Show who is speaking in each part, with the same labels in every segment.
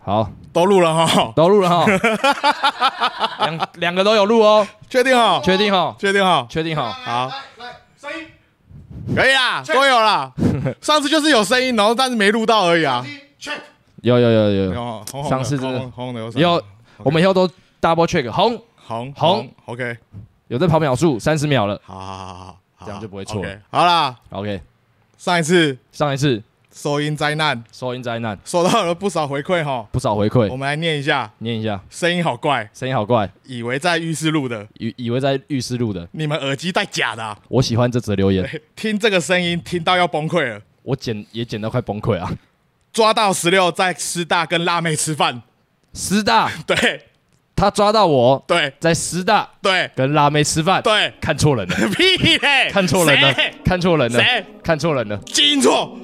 Speaker 1: 好，
Speaker 2: 都录了哈，
Speaker 1: 都录了哈， 两两个都有录哦，
Speaker 2: 确定哈，
Speaker 1: 确定哈，
Speaker 2: 确定哈，
Speaker 1: 确定哈，
Speaker 2: 好，可以啦，都有 啦。上次就是有声音，然后但是没录到而已啊。
Speaker 1: 有有有有有，
Speaker 2: 有红红的
Speaker 1: 上次真的
Speaker 2: 红红的有声
Speaker 1: 有，我们以后都 double check 红，
Speaker 2: 红
Speaker 1: 红
Speaker 2: ，OK，
Speaker 1: 有在跑秒数三十秒了
Speaker 2: 好好好好好，
Speaker 1: 这样就不会错了
Speaker 2: OK，好啦，
Speaker 1: ，OK，
Speaker 2: 上一次
Speaker 1: 上一次
Speaker 2: 收音灾难
Speaker 1: 收音灾难
Speaker 2: 收到了不少回馈哈，
Speaker 1: 不少回馈
Speaker 2: 我，们来念一下，
Speaker 1: 念一下，
Speaker 2: 声音好怪，
Speaker 1: 声音好怪，
Speaker 2: 以为在浴室录的，
Speaker 1: 以以为在浴室录的，
Speaker 2: 你们耳机戴假的啊，
Speaker 1: 我喜欢这则留言，
Speaker 2: 听这个声音听到要崩溃了。
Speaker 1: 我剪也剪到快崩溃啊，
Speaker 2: 抓到十六在师大跟辣妹吃饭，
Speaker 1: 师大
Speaker 2: 对
Speaker 1: 他抓到我
Speaker 2: 对
Speaker 1: 在师大
Speaker 2: 对
Speaker 1: 跟辣妹吃饭，
Speaker 2: 对，
Speaker 1: 看错人了，
Speaker 2: 屁嘞，
Speaker 1: 看错人了
Speaker 2: 谁，
Speaker 1: 看错人了
Speaker 2: 谁，
Speaker 1: 看错人了。
Speaker 2: 基因错。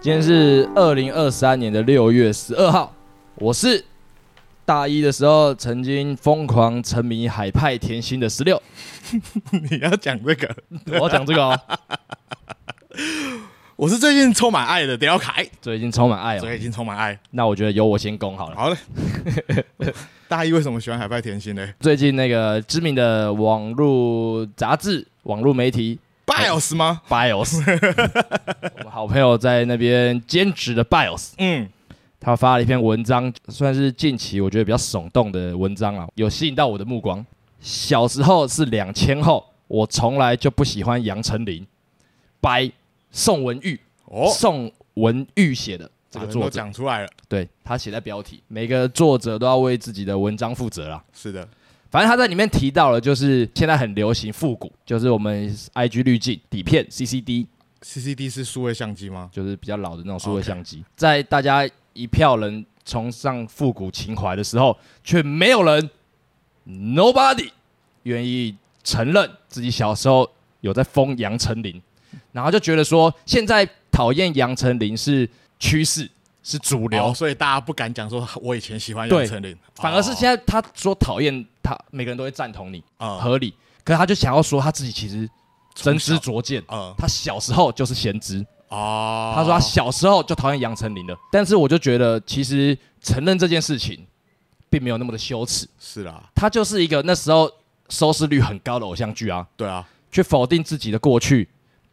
Speaker 1: 今天是二零二三年的六月十二号，我是大一的时候曾经疯狂沉迷海派甜心的十六。
Speaker 2: 你要讲这个，
Speaker 1: 我要讲这个哦，
Speaker 2: 我是最近充满爱的廖凯，
Speaker 1: 最近充满爱
Speaker 2: 所
Speaker 1: 哦。
Speaker 2: 以已经充满爱。
Speaker 1: 那我觉得由我先攻好了。
Speaker 2: 好了， 大一为什么喜欢海派甜心呢
Speaker 1: 最近那个知名的网络杂志、网络媒体
Speaker 2: ？BIOS 吗？
Speaker 1: BIOS，我们好朋友在那边兼职的 BIOS，
Speaker 2: 嗯，
Speaker 1: 他发了一篇文章，算是近期我觉得比较耸动的文章啊，有吸引到我的目光。小时候是两千后，我从来就不喜欢杨丞琳、白宋文玉、
Speaker 2: 哦，
Speaker 1: 宋文玉写的这个
Speaker 2: 人都
Speaker 1: 作者，
Speaker 2: 讲出来了。
Speaker 1: 对他写在标题，每个作者都要为自己的文章负责啦。
Speaker 2: 是的，
Speaker 1: 反正他在里面提到了，就是现在很流行复古，就是我们 IG 滤镜、底片、CCD，
Speaker 2: CCD 是数位相机吗？
Speaker 1: 就是比较老的那种数位相机。在大家一票人崇尚复古情怀的时候，却没有人 nobody 愿意承认自己小时候有在疯杨丞琳，然后就觉得说现在讨厌杨丞琳是趋势，是主流，
Speaker 2: 哦哦所以大家不敢讲说我以前喜欢杨
Speaker 1: 对
Speaker 2: 丞琳，
Speaker 1: 反而是现在他说讨厌他，每个人都会赞同你，
Speaker 2: 啊，
Speaker 1: 合理。可是他就想要说他自己其实真知
Speaker 2: 从小
Speaker 1: 灼见，
Speaker 2: 嗯
Speaker 1: 他小时候就是先知。
Speaker 2: 哦，
Speaker 1: 他说他小时候就讨厌杨丞琳了，但是我就觉得其实承认这件事情并没有那么的羞耻，
Speaker 2: 是啦，
Speaker 1: 他就是一个那时候收视率很高的偶像剧啊，
Speaker 2: 对啊，
Speaker 1: 去否定自己的过去，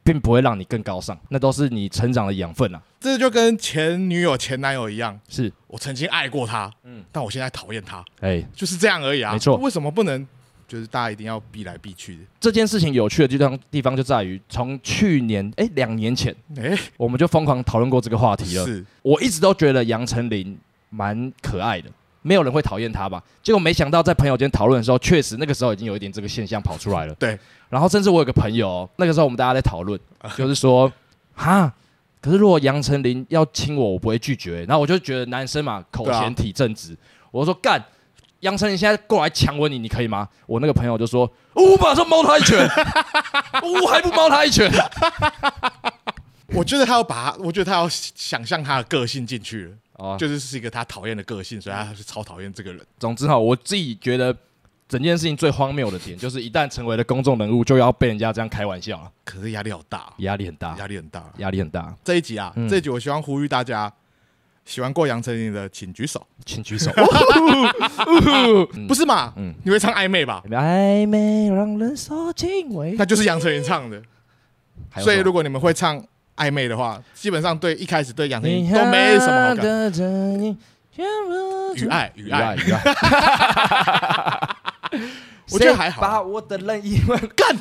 Speaker 1: 并不会让你更高尚，那都是你成长的养分啊。
Speaker 2: 这就跟前女友、前男友一样，
Speaker 1: 是，
Speaker 2: 我曾经爱过他，嗯，但我现在讨厌他，
Speaker 1: 哎、
Speaker 2: 就是这样而已啊。
Speaker 1: 没错
Speaker 2: 为什么不能？就是大家一定要避来避去的。
Speaker 1: 这件事情有趣的地方地方就在于，从去年哎两年前
Speaker 2: 哎、
Speaker 1: 我们就疯狂讨论过这个话题了。
Speaker 2: 是
Speaker 1: 我一直都觉得杨丞琳蛮可爱的，没有人会讨厌她吧？结果没想到在朋友间讨论的时候，确实那个时候已经有一点这个现象跑出来了。
Speaker 2: 对，
Speaker 1: 然后甚至我有个朋友哦、那个时候我们大家在讨论，就是说，哈，可是如果杨丞琳要亲我，我不会拒绝、然后我就觉得男生嘛，口
Speaker 2: 对啊
Speaker 1: 嫌体正直，我说干。杨丞琳现在过来强吻你，你可以吗？我那个朋友就说：“我马上猫他一拳，我还不猫他一拳。
Speaker 2: 我觉得他要把他，我觉得他要想象他的个性进去了，”
Speaker 1: 哦，
Speaker 2: 就是是一个他讨厌的个性，所以他是超讨厌这个人。
Speaker 1: 总之哈，我自己觉得整件事情最荒谬的点，就是一旦成为了公众人物，就要被人家这样开玩笑了，
Speaker 2: 可是压力好大，啊
Speaker 1: 压力很大，
Speaker 2: 压力很大。啊
Speaker 1: 压力很大，
Speaker 2: 这一集啊，
Speaker 1: 嗯
Speaker 2: 这一集我希望呼吁大家，喜欢过杨丞琳的请举手，
Speaker 1: 请举 手。嗯
Speaker 2: 不是嘛？你会唱暧昧吧？
Speaker 1: 暧哎昧让人受尽委
Speaker 2: 那就是杨丞琳唱的，
Speaker 1: 屈。
Speaker 2: 所以
Speaker 1: 哎还有什么
Speaker 2: 如果你们会唱暧昧的话，基本上对一开始对杨丞琳都没什么好感。
Speaker 1: 感。
Speaker 2: 与爱，与
Speaker 1: 雨
Speaker 2: 爱
Speaker 1: 爱，，雨爱。
Speaker 2: 我觉得还好啊
Speaker 1: 谁把 我的任意门干。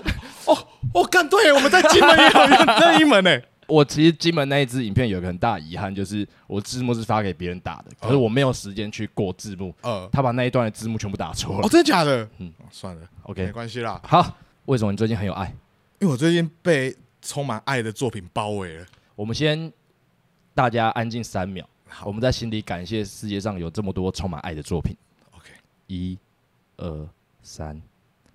Speaker 2: 哦，我干对，我们在金门也有用这一门欸呢。
Speaker 1: 我其实金门那一支影片有个很大遗憾，就是我字幕是发给别人打的，可是我没有时间去过字幕，
Speaker 2: 呃，
Speaker 1: 他把那一段的字幕全部打错
Speaker 2: 哦，
Speaker 1: 了。
Speaker 2: 真的假的？嗯
Speaker 1: 嗯，
Speaker 2: 算了
Speaker 1: OK
Speaker 2: 没关系啦，
Speaker 1: 好，为什么你最近很有爱？
Speaker 2: 因为我最近被充满爱的作品包围了。
Speaker 1: 我们先大家安静三秒，
Speaker 2: 好
Speaker 1: 我们在心里感谢世界上有这么多充满爱的作品。
Speaker 2: OK，
Speaker 1: 一、二、三，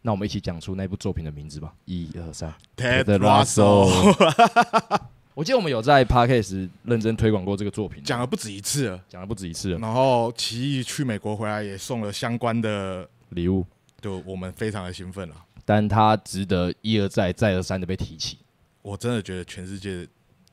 Speaker 1: 那我们一起讲出那部作品的名字吧。一、二、三。
Speaker 2: Ted Russell
Speaker 1: 我记得我们有在 podcast 认真推广过这个作品，
Speaker 2: 讲了不止一次了，
Speaker 1: 讲了不止一次了。
Speaker 2: 然后奇艺去美国回来也送了相关的，
Speaker 1: 礼物，
Speaker 2: 就我们非常的兴奋了。
Speaker 1: 但它值得一而再、再而三的被提起。
Speaker 2: 我真的觉得全世界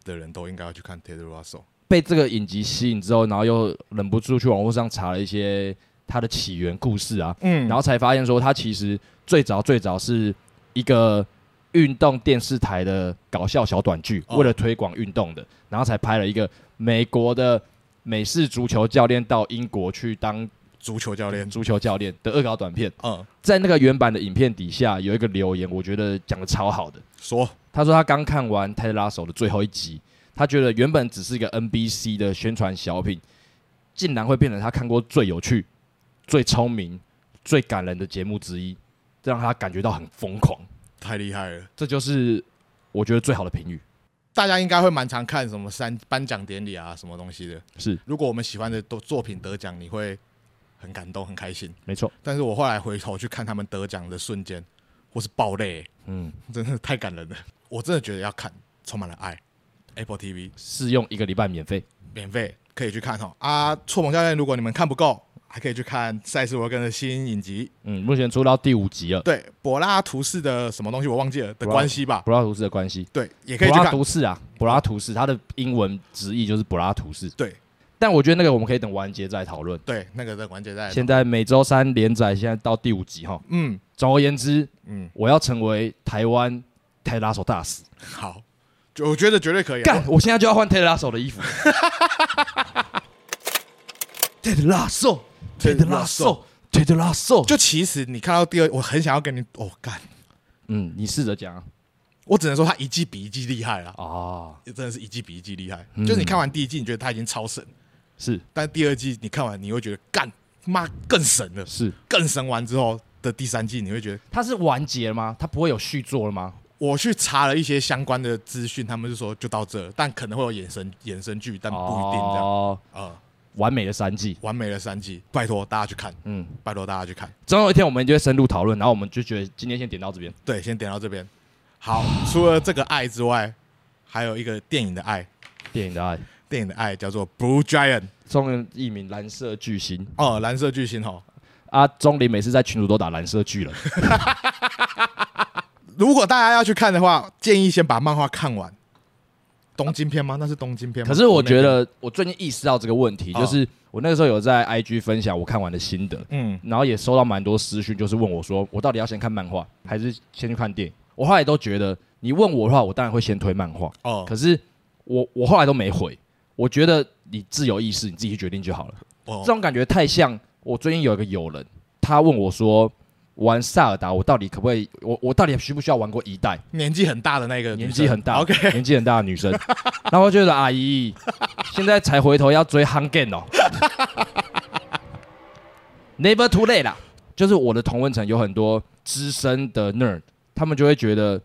Speaker 2: 的人都应该要去看 Ted Russell。
Speaker 1: 被这个影集吸引之后，然后又忍不住去网络上查了一些它的起源故事啊，
Speaker 2: 嗯
Speaker 1: 然后才发现说，它其实最早最早是一个运动电视台的搞笑小短剧，
Speaker 2: 哦
Speaker 1: 为了推广运动的，然后才拍了一个美国的美式足球教练到英国去当
Speaker 2: 足球教练，
Speaker 1: 足球教练的恶搞短片。
Speaker 2: 嗯，
Speaker 1: 在那个原版的影片底下有一个留言，我觉得讲的超好的。
Speaker 2: 说
Speaker 1: 他说他刚看完《泰拉手》的最后一集，他觉得原本只是一个 NBC 的宣传小品，竟然会变成他看过最有趣、最聪明、最感人的节目之一，这让他感觉到很疯狂。
Speaker 2: 太厉害了。
Speaker 1: 这就是我觉得最好的评语。
Speaker 2: 大家应该会蛮常看什么三颁奖典礼啊，什么东西的。
Speaker 1: 是
Speaker 2: 如果我们喜欢的都作品得奖，你会很感动、很开心。
Speaker 1: 没错，
Speaker 2: 但是我后来回头去看他们得奖的瞬间，或是爆泪，
Speaker 1: 嗯，
Speaker 2: 真的太感人了。我真的觉得要看，充满了爱。Apple TV
Speaker 1: 试用一个礼拜免费。
Speaker 2: 免费可以去看哦。啊，错猛教练，如果你们看不够，还可以去看赛斯罗根的新影集，
Speaker 1: 嗯，目前出到第五集了，
Speaker 2: 对柏拉图式的什么东西我忘记了的关系吧。
Speaker 1: 柏拉图式的关系。
Speaker 2: 对，也可
Speaker 1: 柏
Speaker 2: 以去
Speaker 1: 拉
Speaker 2: 看。
Speaker 1: 图式啊，柏拉图式，它的英文直译就是柏拉图式。
Speaker 2: 对
Speaker 1: 但我觉得那个我们可以等完结再讨论。
Speaker 2: 对，那个的环节在。
Speaker 1: 现在每周三连载，现在到第五集哈。
Speaker 2: 嗯
Speaker 1: 总而言之，
Speaker 2: 嗯，
Speaker 1: 我要成为台湾泰拉手大使。
Speaker 2: 好，就我觉得绝对可以、啊。
Speaker 1: 干，我现在就要换泰拉手的衣 服。泰拉手，泰拉手，泰拉手。
Speaker 2: 就其实你看到第二，我很想要跟你，哦，干，
Speaker 1: 嗯，你试着讲啊
Speaker 2: 我只能说他一季比一季厉害啦，
Speaker 1: 啊，
Speaker 2: 真的是一季比一季厉害。
Speaker 1: 嗯
Speaker 2: 就是你看完第一季，你觉得他已经超神，
Speaker 1: 是
Speaker 2: 但第二季你看完，你会觉得干妈更神了，
Speaker 1: 是，
Speaker 2: 更神完之后的第三季，你会觉得
Speaker 1: 它是完结了吗？它不会有续作了吗？
Speaker 2: 我去查了一些相关的资讯，他们是说就到这，但可能会有衍生衍生剧，但不一定这样。
Speaker 1: 哦，
Speaker 2: 呃，
Speaker 1: 完美的三季。
Speaker 2: 完美的三季，拜托大家去看，
Speaker 1: 嗯，
Speaker 2: 拜托大家去看。
Speaker 1: 总有一天我们就会深入讨论，然后我们就觉得今天先点到这边。
Speaker 2: 对，先点到这边。好，除了这个爱之外，还有一个电影的爱，
Speaker 1: 电影的爱，
Speaker 2: 电影的爱叫做《Blue Giant》。
Speaker 1: 中文译名蓝色巨星
Speaker 2: 哦，蓝色巨星哦。
Speaker 1: 啊，钟林每次在群主都打蓝色 巨人。
Speaker 2: 如果大家要去看的话，建议先把漫画看完。东京片吗？那是东京片吗？
Speaker 1: 可是我觉
Speaker 2: 国内
Speaker 1: 得，我最近意识到这个问题，
Speaker 2: 啊
Speaker 1: 就是我那个时候有在 IG 分享我看完的心得，
Speaker 2: 片，嗯，
Speaker 1: 然后也收到蛮多私讯，就是问我说，我到底要先看漫画，还是先去看电影？我后来都觉得，你问我的话，我当然会先推漫画，
Speaker 2: 哦，
Speaker 1: 可是我我后来都没回，我觉得你自由意识，你自己去决定就好了。这
Speaker 2: 哦，
Speaker 1: 种感觉太像我最近有一个友人，他问我说，玩塞尔达，我到底可不可以？我我到底需不需要玩过一代？
Speaker 2: 年纪很大的那个女生，
Speaker 1: 年纪很大
Speaker 2: OK，
Speaker 1: 年纪很大的女生，然后我就觉得阿姨，现在才回头要追 h u n g a n 哦，Never too late 啦。就是我的同温层有很多资深的 nerd，他们就会觉得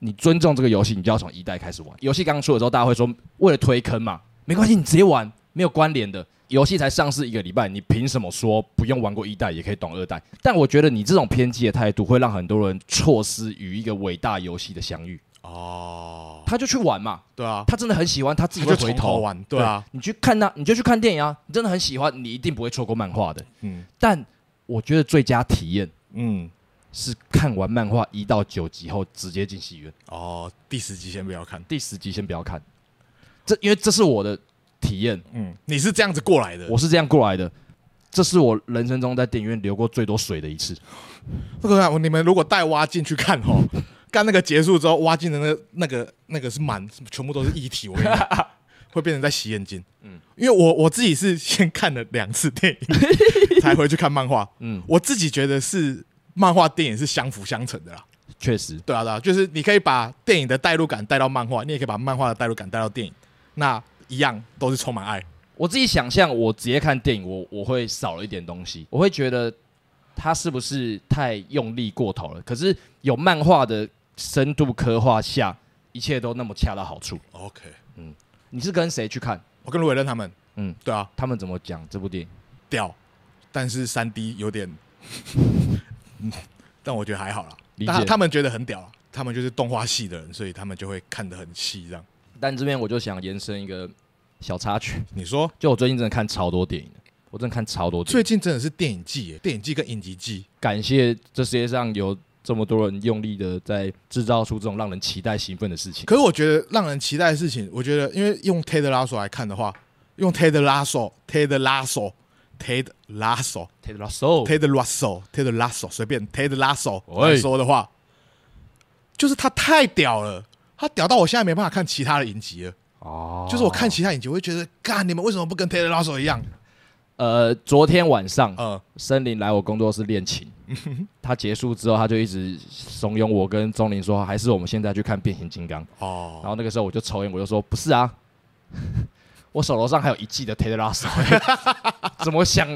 Speaker 1: 你尊重这个游戏，你就要从一代开始玩。游戏刚出的时候，大家会说为了推坑嘛，没关系，你直接玩，没有关联的。游戏才上市一个礼拜，你凭什么说不用玩过一代也可以懂二代？但我觉得你这种偏激的态度会让很多人错失与一个伟大游戏的相遇。
Speaker 2: 哦，
Speaker 1: 他就去玩嘛，
Speaker 2: 对啊，
Speaker 1: 他真的很喜欢，他自己
Speaker 2: 他
Speaker 1: 会
Speaker 2: 就
Speaker 1: 回
Speaker 2: 从
Speaker 1: 头
Speaker 2: 头。玩，对啊，
Speaker 1: 你去看他，你就去看电影啊，你真的很喜欢，你一定不会错过漫画的。
Speaker 2: 嗯
Speaker 1: 但我觉得最佳体验
Speaker 2: 嗯，
Speaker 1: 是看完漫画一到九集后直接进戏院，
Speaker 2: 哦，第十集先不要看，
Speaker 1: 第十集先不要看，这因为这是我的体验，
Speaker 2: 嗯，你是这样子过来的，
Speaker 1: 我是这样过来的。这是我人生中在电影院流过最多水的一次，
Speaker 2: 这个啊你们如果带蛙进去看哦， 干那个结束之后，挖进的那个那个那个是满，全部都是液体，我跟你 讲，会变成在洗眼睛。嗯，因为我我自己是先看了两次电影， 才回去看漫画。
Speaker 1: 嗯
Speaker 2: 嗯，我自己觉得是漫画电影是相辅相成的啦。
Speaker 1: 确实，
Speaker 2: 对啊，对啊，就是你可以把电影的代入感带到漫画，你也可以把漫画的代入感带到电影，那一样都是充满爱。
Speaker 1: 我自己想象，我直接看电影，我我会少了一点东西，我会觉得他是不是太用力过头了？可是有漫画的深度刻画下，一切都那么恰到好处。
Speaker 2: OK，
Speaker 1: 你是跟谁去看？
Speaker 2: 我跟卢伟任他们，
Speaker 1: 嗯
Speaker 2: 嗯，对啊，
Speaker 1: 他们怎么讲这部电影？
Speaker 2: 屌，但是三 D 有点，嗯但我觉得还好啦
Speaker 1: 理。解
Speaker 2: 但他他们觉得很屌啦，啊他们就是动画系的人，所以他们就会看得很细。这样，
Speaker 1: 但这边我就想延伸一个小插曲，
Speaker 2: 你说
Speaker 1: 就我最近真的看超多电影的，我真的看超多电影。
Speaker 2: 最近真的是电影季耶，电影季跟影集季，
Speaker 1: 感谢这世界上有这么多人用力的在制造出这种让人期待兴奋的事情。
Speaker 2: 可是我觉得让人期待的事情，我觉得因为用 Ted Lasso 来看的话，用 Ted Lasso，Ted Lasso，Ted Lasso。
Speaker 1: Ted Lasso，
Speaker 2: Ted Lasso，Ted Lasso 随便 Ted Lasso
Speaker 1: 喂
Speaker 2: 来说的话，就是他太屌了，他屌到我现在没办法看其他的影集了。
Speaker 1: 哦
Speaker 2: 就是我看其他影集，我会觉得，干你们为什么不跟 Ted Lasso 一样？
Speaker 1: 呃，昨天晚上
Speaker 2: 呃，
Speaker 1: 森林来我工作室练琴，他结束之后，他就一直怂恿我跟钟林说，还是我们现在去看变形金刚。然
Speaker 2: 哦，
Speaker 1: 后那个时候我就抽烟，我就说不是啊，我手头上还有一季的 Ted Lasso，怎么想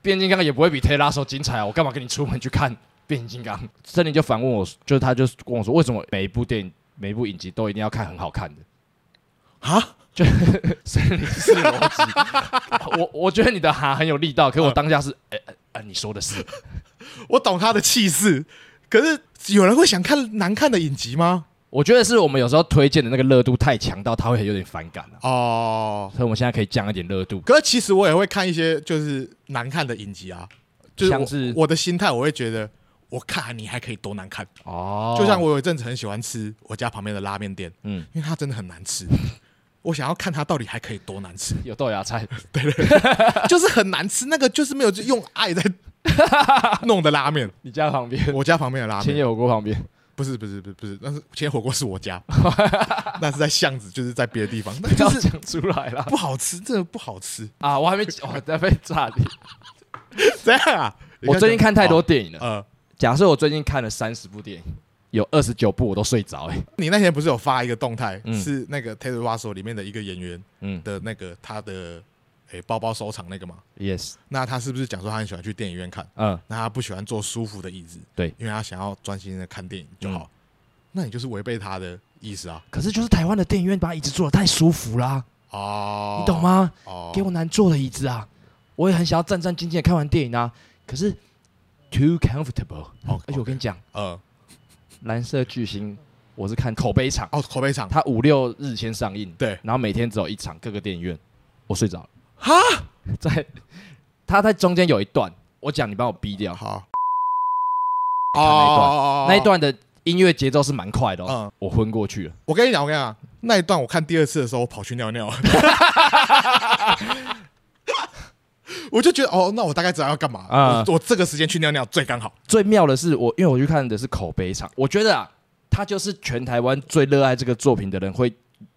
Speaker 1: 变形金刚也不会比 Ted Lasso 精彩啊，我干嘛跟你出门去看变形金刚？森林就反问我，就是他就跟我说，为什么每一部电影、每一部影集都一定要看很好看的？
Speaker 2: 啊，
Speaker 1: 森林是逻辑，我我觉得你的哈很有力道，可我当下是，哎、哎哎你说的是，
Speaker 2: 我懂他的气势，可是有人会想看难看的影集吗？
Speaker 1: 我觉得是我们有时候推荐的那个热度太强到他会有点反感了、
Speaker 2: 哦，
Speaker 1: 所以我们现在可以降一点热度。
Speaker 2: 可是其实我也会看一些就是难看的影集啊，就是
Speaker 1: 像
Speaker 2: 我
Speaker 1: 是
Speaker 2: 我的心态，我会觉得我看你还可以多难看。
Speaker 1: 哦
Speaker 2: 就像我有一阵子很喜欢吃我家旁边的拉面店，
Speaker 1: 嗯
Speaker 2: 嗯，因为它真的很难吃。我想要看它到底还可以多难吃，
Speaker 1: 有豆芽菜，
Speaker 2: 就是很难吃，那个就是没有用爱在弄的 拉面。
Speaker 1: 你家旁边
Speaker 2: 我家旁边的拉
Speaker 1: 千
Speaker 2: 面
Speaker 1: 叶火锅旁 边，
Speaker 2: 不是不是不是不是，那是前火锅是 我家，那是在巷子，就是在别的地方，那就
Speaker 1: 不要
Speaker 2: 是
Speaker 1: 讲出来啦！
Speaker 2: 不好吃，真的不 好吃。
Speaker 1: 啊，我还没，我在被炸你。
Speaker 2: 这样啊？你
Speaker 1: 我最近看太多嗯电影了。
Speaker 2: 呃，
Speaker 1: 假设我最近看了三十部电影，有二十九部我都睡着、欸。
Speaker 2: 你那天不是有发一个动态，
Speaker 1: 嗯
Speaker 2: 是那个《Ted Lasso》里面的一个演员
Speaker 1: 嗯
Speaker 2: 的那个他的诶包包收藏那个嘛？
Speaker 1: ，yes，
Speaker 2: 那他是不是讲说他很喜欢去电影院看？
Speaker 1: 嗯，
Speaker 2: 那他不喜欢坐舒服的椅子，
Speaker 1: 对嗯
Speaker 2: 因为他想要专心的看电影就好。那你就是违背他的意思啊！
Speaker 1: 可是就是台湾的电影院把椅子做的太舒服啦，
Speaker 2: 哦，
Speaker 1: 你懂？吗？
Speaker 2: 哦，
Speaker 1: 给我难坐的椅子啊，我也很想要战战兢兢的看完电影啊，可是 too comfortable。
Speaker 2: 哦
Speaker 1: 而且我跟你讲，
Speaker 2: 呃，
Speaker 1: 蓝色巨星我是看口碑场，
Speaker 2: 哦，口碑场，
Speaker 1: 它五六日先上映，
Speaker 2: 对，
Speaker 1: 然后每天只有一场，各个电影院，我睡着了。
Speaker 2: 哈，
Speaker 1: 在他在中间有一段，我讲你帮我逼掉，
Speaker 2: 好，
Speaker 1: 看那一段
Speaker 2: 哦
Speaker 1: 那一，段的音乐节奏是蛮快的、哦，
Speaker 2: 嗯，
Speaker 1: 我昏过去了。
Speaker 2: 我跟你讲，我跟你讲，那一段我看第二次的时候，我跑去尿 尿，我就觉得哦，那我大概知道要干嘛
Speaker 1: 啊
Speaker 2: 我我这个时间去尿尿最刚好。
Speaker 1: 最妙的是我，因为我去看的是口碑场，我觉得啊，他就是全台湾最热爱这个作品的人会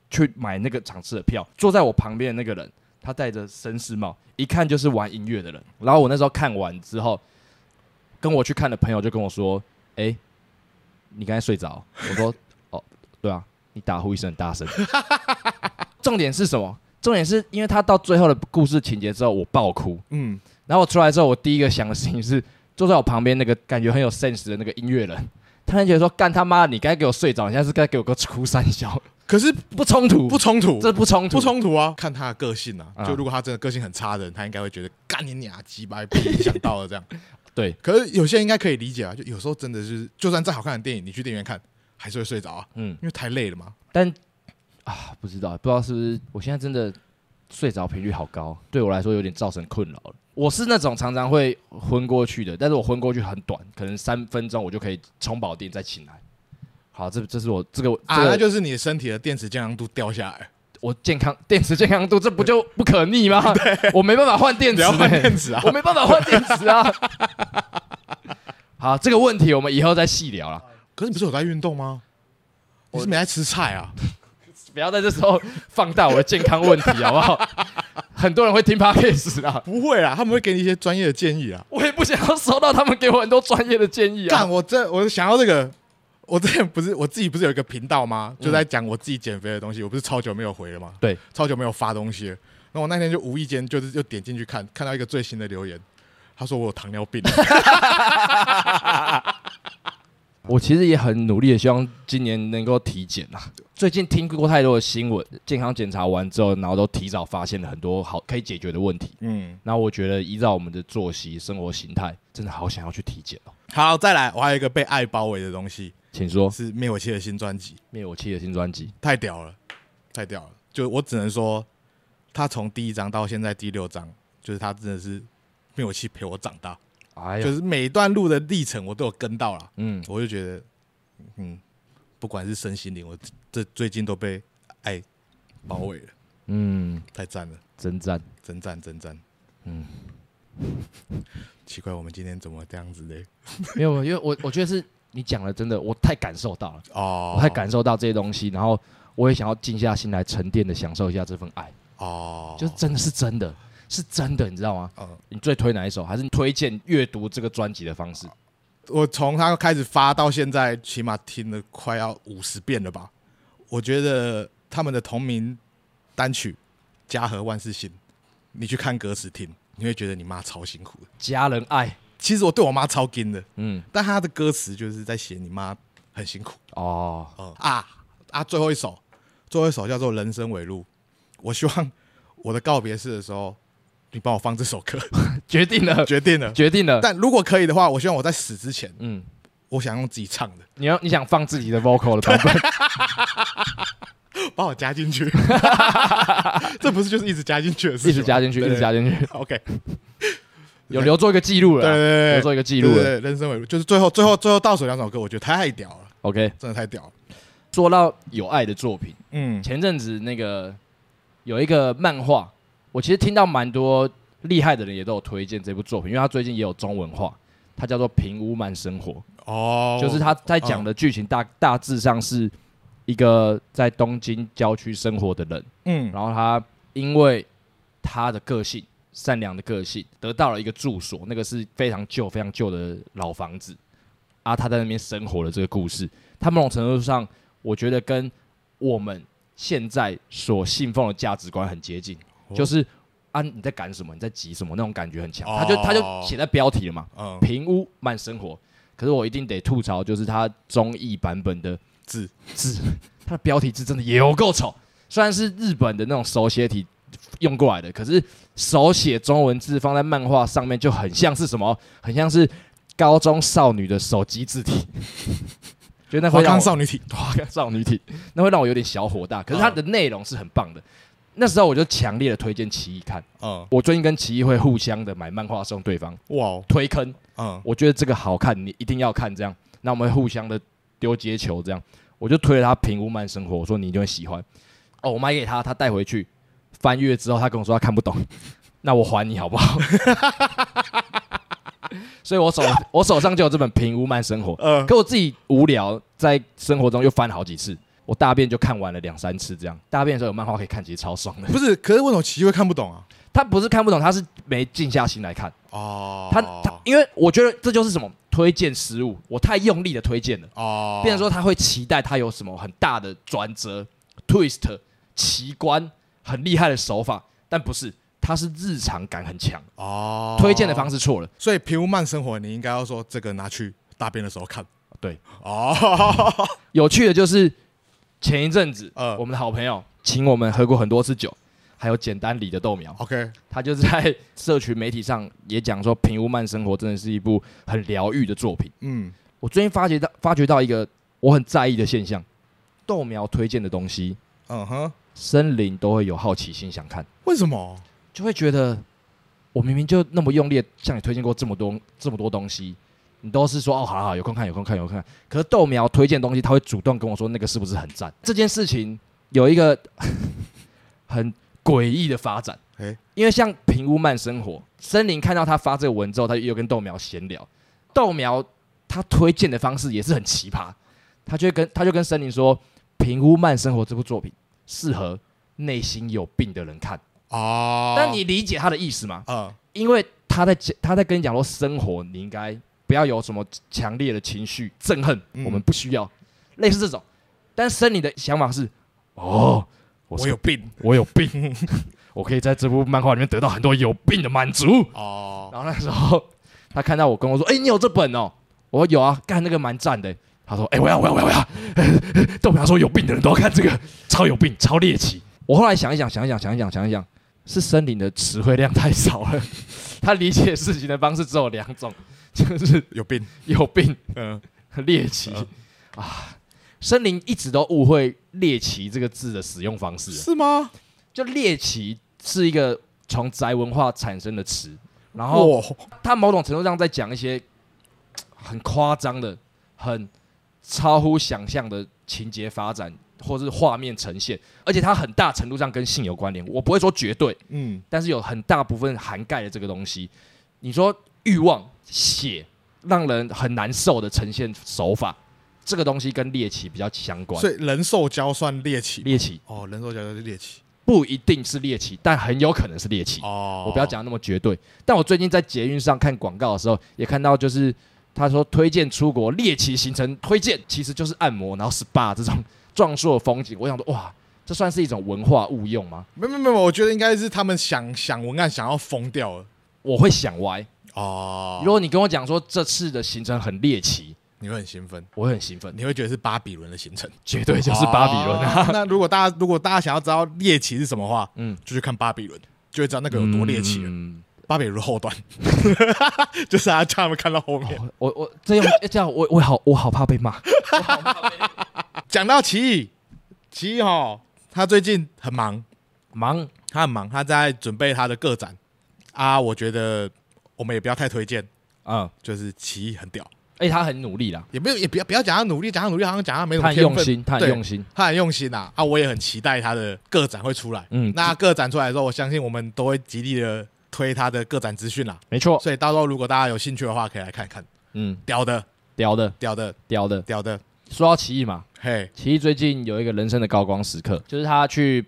Speaker 1: 去买那个场次的票。坐在我旁边的那个人，他戴着绅士帽，一看就是玩音乐的人。然后我那时候看完之后，跟我去看的朋友就跟我说：“哎、你刚才睡着？”我说：“哦，对啊，你打呼一声很大声。”重点是什么？重点是因为他到最后的故事情节之后，我爆哭。
Speaker 2: 嗯，
Speaker 1: 然后我出来之后，我第一个想的事情是，坐在我旁边那个感觉很有 sense 的那个音乐人，他就觉得说：“干他妈，你该给我睡着，你现在是该给我个哭三笑，
Speaker 2: 可是
Speaker 1: 不冲突，
Speaker 2: 不冲突，
Speaker 1: 这不冲突，
Speaker 2: 不冲突啊，看他的个性啊
Speaker 1: 啊。
Speaker 2: 就如果他真的个性很差的人，他应该会觉得干你娘鸡巴，被影响到了 这样。
Speaker 1: 对，
Speaker 2: 可是有些人应该可以理解啊，就有时候真的是，就算再好看的电影，你去电影院看还是会睡着啊，
Speaker 1: 嗯，
Speaker 2: 因为太累了嘛。
Speaker 1: 但啊，不知道，不知道是不是我现在真的睡着频率好高，对我来说有点造成困扰了。我是那种常常会昏过去的，但是我昏过去很短，可能三分钟我就可以充饱电再醒来。好，这这是我这个
Speaker 2: 啊，
Speaker 1: 这个、
Speaker 2: 那就是你身体的电池健康度掉下 来，
Speaker 1: 我健康 电池健康度，这不就不可逆吗？ 我没办法换电
Speaker 2: 你
Speaker 1: 池、
Speaker 2: 要换
Speaker 1: 欸
Speaker 2: 电池啊。
Speaker 1: 我没办法换电池啊。 好，这个问题我们以后再细聊了。
Speaker 2: 可是你不是有在运动吗？你是没在吃菜啊？
Speaker 1: 不要在这时候放大我的健康问题，好不好？ 很多人会听 podcast 啊，
Speaker 2: 不会啦，他们会给你一些专业的建议啊。
Speaker 1: 我也不想要收到他们给我很多专业的建议
Speaker 2: 干，
Speaker 1: 啊。
Speaker 2: 我这我想要这个，我之前不是我自己不是有一个频道吗？就在讲我自己减肥的东西，我不是超久没有回了吗？
Speaker 1: 嗯对，
Speaker 2: 超久没有发东西了。然后我那天就无意间就是又点进去看，看到一个最新的留言，他说我有糖尿病，
Speaker 1: 我其实也很努力的，希望今年能够体检啊。最近听过太多的新闻，健康检查完之后，然后都提早发现了很多好可以解决的问题。
Speaker 2: 嗯，
Speaker 1: 那我觉得依照我们的作息、生活形态，真的好想要去体检哦。
Speaker 2: 好，再来，我还有一个被爱包围的东西
Speaker 1: 请说，
Speaker 2: 是灭火器的新专辑，
Speaker 1: 灭火器的新专辑，
Speaker 2: 太屌了，太屌了！就我只能说，他从第一章到现在第六章，就是他真的是灭火器陪我长大，
Speaker 1: 哎
Speaker 2: 就
Speaker 1: 呀，
Speaker 2: 是每一段路的历程我都有跟到了，
Speaker 1: 嗯，
Speaker 2: 我就觉得，嗯，不管是身心灵，我这最近都被爱包围了，
Speaker 1: 嗯，
Speaker 2: 太赞了，
Speaker 1: 真赞。
Speaker 2: 真赞真赞，嗯
Speaker 1: 嗯。
Speaker 2: 奇怪，我们今天怎么这样子嘞？
Speaker 1: 没有，因为我我觉得是你讲的，真的我太感受到了，
Speaker 2: 哦，
Speaker 1: 我太感受到这些东西，然后我也想要静下心来沉淀的享受一下这份爱，
Speaker 2: 哦，
Speaker 1: 就是真的是真的是真的，你知道吗？
Speaker 2: 嗯，
Speaker 1: 你最推哪一首？还是你推荐阅读这个专辑的方式？
Speaker 2: 我从他开始发到现在，起码听了快要五十遍了吧。我觉得他们的同名单曲《家和万事兴》，你去看歌词听，你会觉得你妈超辛苦的。
Speaker 1: 家人爱，
Speaker 2: 其实我对我妈超劲的，
Speaker 1: 嗯，
Speaker 2: 但她的歌词就是在写你妈很辛苦。
Speaker 1: 哦，
Speaker 2: 哦、啊啊！最后一首，最后一首叫做《人生尾路》。我希望我的告别式的时候，你帮我放这首歌，
Speaker 1: 决定了，
Speaker 2: 决定 了。
Speaker 1: 决定了，
Speaker 2: 但如果可以的话，我希望我在死之前，
Speaker 1: 嗯，
Speaker 2: 我想用自己唱的。
Speaker 1: 你要你想放自己的 vocal 的版本，
Speaker 2: 把我加进去， 这不是就是一直加进去的事情吗？
Speaker 1: 一直加进去，一直加
Speaker 2: 进
Speaker 1: 进去，
Speaker 2: 去。OK，
Speaker 1: 有留做一个记录了
Speaker 2: 对对
Speaker 1: 啦，
Speaker 2: 对，
Speaker 1: 留做一个记录
Speaker 2: 对
Speaker 1: 了。
Speaker 2: 对对人生尾路就是最后最后最后倒数两首歌，我觉得太屌了，
Speaker 1: OK，
Speaker 2: 真的太屌了。
Speaker 1: 说到有爱的作品，
Speaker 2: 嗯，
Speaker 1: 前阵子那个有一个漫画，我其实听到蛮多厉害的人也都有推荐这部作品，因为他最近也有中文化，它叫做《平屋慢生活》，
Speaker 2: 哦，
Speaker 1: 就是他在讲的剧情大大致上是一个在东京郊区生活的人，
Speaker 2: 嗯，
Speaker 1: 然后他因为他的个性。善良的个性得到了一个住所，那个是非常旧、非常旧的老房子啊，他在那边生活的这个故事，他某种程度上，我觉得跟我们现在所信奉的价值观很接近，
Speaker 2: 哦
Speaker 1: 就是啊你在赶什么，你在急什么那种感觉很强。
Speaker 2: 哦
Speaker 1: 他就他就写在标题了嘛，
Speaker 2: 嗯，
Speaker 1: 平屋慢生活。可是我一定得吐槽，就是他综艺版本的
Speaker 2: 字
Speaker 1: 字， 它的标题字真的有够丑。虽然是日本的那种手写体用过来的，可是手写中文字放在漫画上面就很像是什么，很像是高中少女的手机字体。 觉得那
Speaker 2: 华
Speaker 1: 会让
Speaker 2: 哦康
Speaker 1: 我
Speaker 2: 少女体，
Speaker 1: 花岗少女体，那会让我有点小火大。可是它的内容是很棒的，那时候我就强烈的推荐奇艺看。
Speaker 2: 嗯，
Speaker 1: 我最近跟奇艺会互相的买漫画送对方
Speaker 2: 哇哦，
Speaker 1: 推坑，
Speaker 2: 嗯，
Speaker 1: 我觉得这个好看，你一定要看这样。那我们会互相的丢接球这样，我就推了他《平屋慢生活》，我说你一定会喜欢。哦，我买给他，他带回去翻阅之后，他跟我说他看不懂， 那我还你好不好？ 所以我手我手上就有这本《平屋慢生活》，
Speaker 2: 呃，
Speaker 1: 可我自己无聊，在生活中又翻好几次，我大便就看完了两三次这样。大便的时候有漫画可以看，其实超爽的。
Speaker 2: 不是，可是为什么奇会看不懂啊？
Speaker 1: 他不是看不懂，他是没静下心来看。
Speaker 2: 哦，
Speaker 1: 他他，因为我觉得这就是什么推荐失误，我太用力的推荐了，
Speaker 2: 哦，
Speaker 1: 变成说他会期待他有什么很大的转折、twist、奇观、很厉害的手法，但不是，他是日常感很强，
Speaker 2: 哦，
Speaker 1: 推荐的方式错了。
Speaker 2: 所以平屋慢生活，你应该要说这个拿去大便的时候看。
Speaker 1: 对，
Speaker 2: 哦，
Speaker 1: 有趣的就是前一阵子，
Speaker 2: 呃
Speaker 1: 我们的好朋友请我们喝过很多次酒，还有简单理的豆苗。
Speaker 2: ，OK，
Speaker 1: 他就是在社群媒体上也讲说，《平屋慢生活》真的是一部很疗愈的作品。
Speaker 2: 嗯，
Speaker 1: 我最近发觉到发觉到一个我很在意的现象，豆苗推荐的东西，
Speaker 2: 嗯哼，
Speaker 1: 森林都会有好奇心想看，
Speaker 2: 为什么？
Speaker 1: 就会觉得我明明就那么用力地向你推荐过这么多这么多东西，你都是说哦，好好好有空看有空看有空看，可是豆苗推荐的东西，他会主动跟我说那个是不是很赞？这件事情有一个 很诡异的发展。
Speaker 2: 哎，
Speaker 1: 因为像平屋慢生活，森林看到他发这个文之后，他又跟豆苗闲聊。豆苗他推荐的方式也是很奇葩，他就会跟他就跟森林说：“评估《慢生活》这部作品适合内心有病的人看。
Speaker 2: 哦，
Speaker 1: 但你理解他的意思吗？
Speaker 2: 呃，
Speaker 1: 因为他在讲他在跟你讲说，生活你应该不要有什么强烈的情绪，憎恨、
Speaker 2: 嗯
Speaker 1: 我们不需要，类似这种。但森林的想法是，哦，我
Speaker 2: 我
Speaker 1: 是
Speaker 2: 有病
Speaker 1: 我有病， 我可以在这部漫画里面得到很多有病的满足。
Speaker 2: 哦，
Speaker 1: 然后那时候他看到我跟我说：“哎、你有这本哦？”我说：“有啊，干那个蛮赞的。”他说：“哎、我要，我要，我要，我要！”豆苗说：“有病的人都要看这个，超有病，超猎奇。”我后来想一想，想一想，想一想，想一想，是森林的词汇量太少了，他理解事情的方式只有两种，就是
Speaker 2: 有病，
Speaker 1: 有病、
Speaker 2: 嗯，
Speaker 1: 猎奇
Speaker 2: 嗯
Speaker 1: 啊。森林一直都误会“猎奇”这个字的使用方式了，
Speaker 2: 是啊吗？
Speaker 1: 就猎奇是一个从宅文化产生的词，然后
Speaker 2: 哦，
Speaker 1: 他某种程度上在讲一些嘖很夸张的、很超乎想象的情节发展，或是画面呈现，而且它很大程度上跟性有关联。我不会说绝对，
Speaker 2: 嗯，
Speaker 1: 但是有很大部分涵盖了这个东西。你说欲望、血，让人很难受的呈现手法，这个东西跟猎奇比较相关
Speaker 2: 所。以人兽交算猎奇，
Speaker 1: 猎奇
Speaker 2: 哦，人兽交就是猎奇，
Speaker 1: 不一定是猎奇，但很有可能是猎奇。
Speaker 2: 哦，
Speaker 1: 我不要，讲那么绝对。但我最近在捷运上看广告的时候，也看到就是他说推荐出国猎奇行程推荐，其实就是按摩然后 SPA 这种 壮硕的风景。我想说，哇，这算是一种文化误用吗？
Speaker 2: 没没没，我觉得应该是他们想想文案想要疯掉了，
Speaker 1: 我会想歪。
Speaker 2: 哦，
Speaker 1: 如果你跟我讲说这次的行程很猎奇，
Speaker 2: 你会很兴奋，
Speaker 1: 我会很兴 奋，
Speaker 2: 你会觉得是巴比伦的行程，
Speaker 1: 绝对 就是巴比伦啊！
Speaker 2: 哦 那如果大家如果大家想要知道猎奇是什么话，
Speaker 1: 嗯，
Speaker 2: 就去看巴比伦，就会知道那 个有多猎奇了。
Speaker 1: 哦
Speaker 2: 啊
Speaker 1: 嗯
Speaker 2: 巴比伦后端， 就是他叫他们看到后面。
Speaker 1: 哦我我这样哎这样，我我好我好怕被骂。
Speaker 2: 讲到奇异，奇异哈，他最近很忙，
Speaker 1: 忙
Speaker 2: 他很忙，他在准备他的个展啊。我觉得我们也不要太推荐，
Speaker 1: 啊！
Speaker 2: 就是奇异很屌，
Speaker 1: 哎、他很努力啦，
Speaker 2: 也没有也不要不要讲他努力，讲他努力好像讲他没什
Speaker 1: 他
Speaker 2: 么
Speaker 1: 很
Speaker 2: 天分
Speaker 1: 用心，他很
Speaker 2: 对
Speaker 1: 用心。
Speaker 2: 他很用心啊啊！我也很期待他的个展会出来。
Speaker 1: 嗯
Speaker 2: 那个展出来之后，我相信我们都会极力的推他的个展资讯啦。
Speaker 1: 没错，
Speaker 2: 所以到时候如果大家有兴趣的话，可以来看看，
Speaker 1: 嗯，
Speaker 2: 屌的，
Speaker 1: 屌的，
Speaker 2: 屌的，
Speaker 1: 屌的。
Speaker 2: 屌的，
Speaker 1: 说到奇异嘛，
Speaker 2: 嘿，
Speaker 1: 奇艺最近有一个人生的高光时刻，就是他去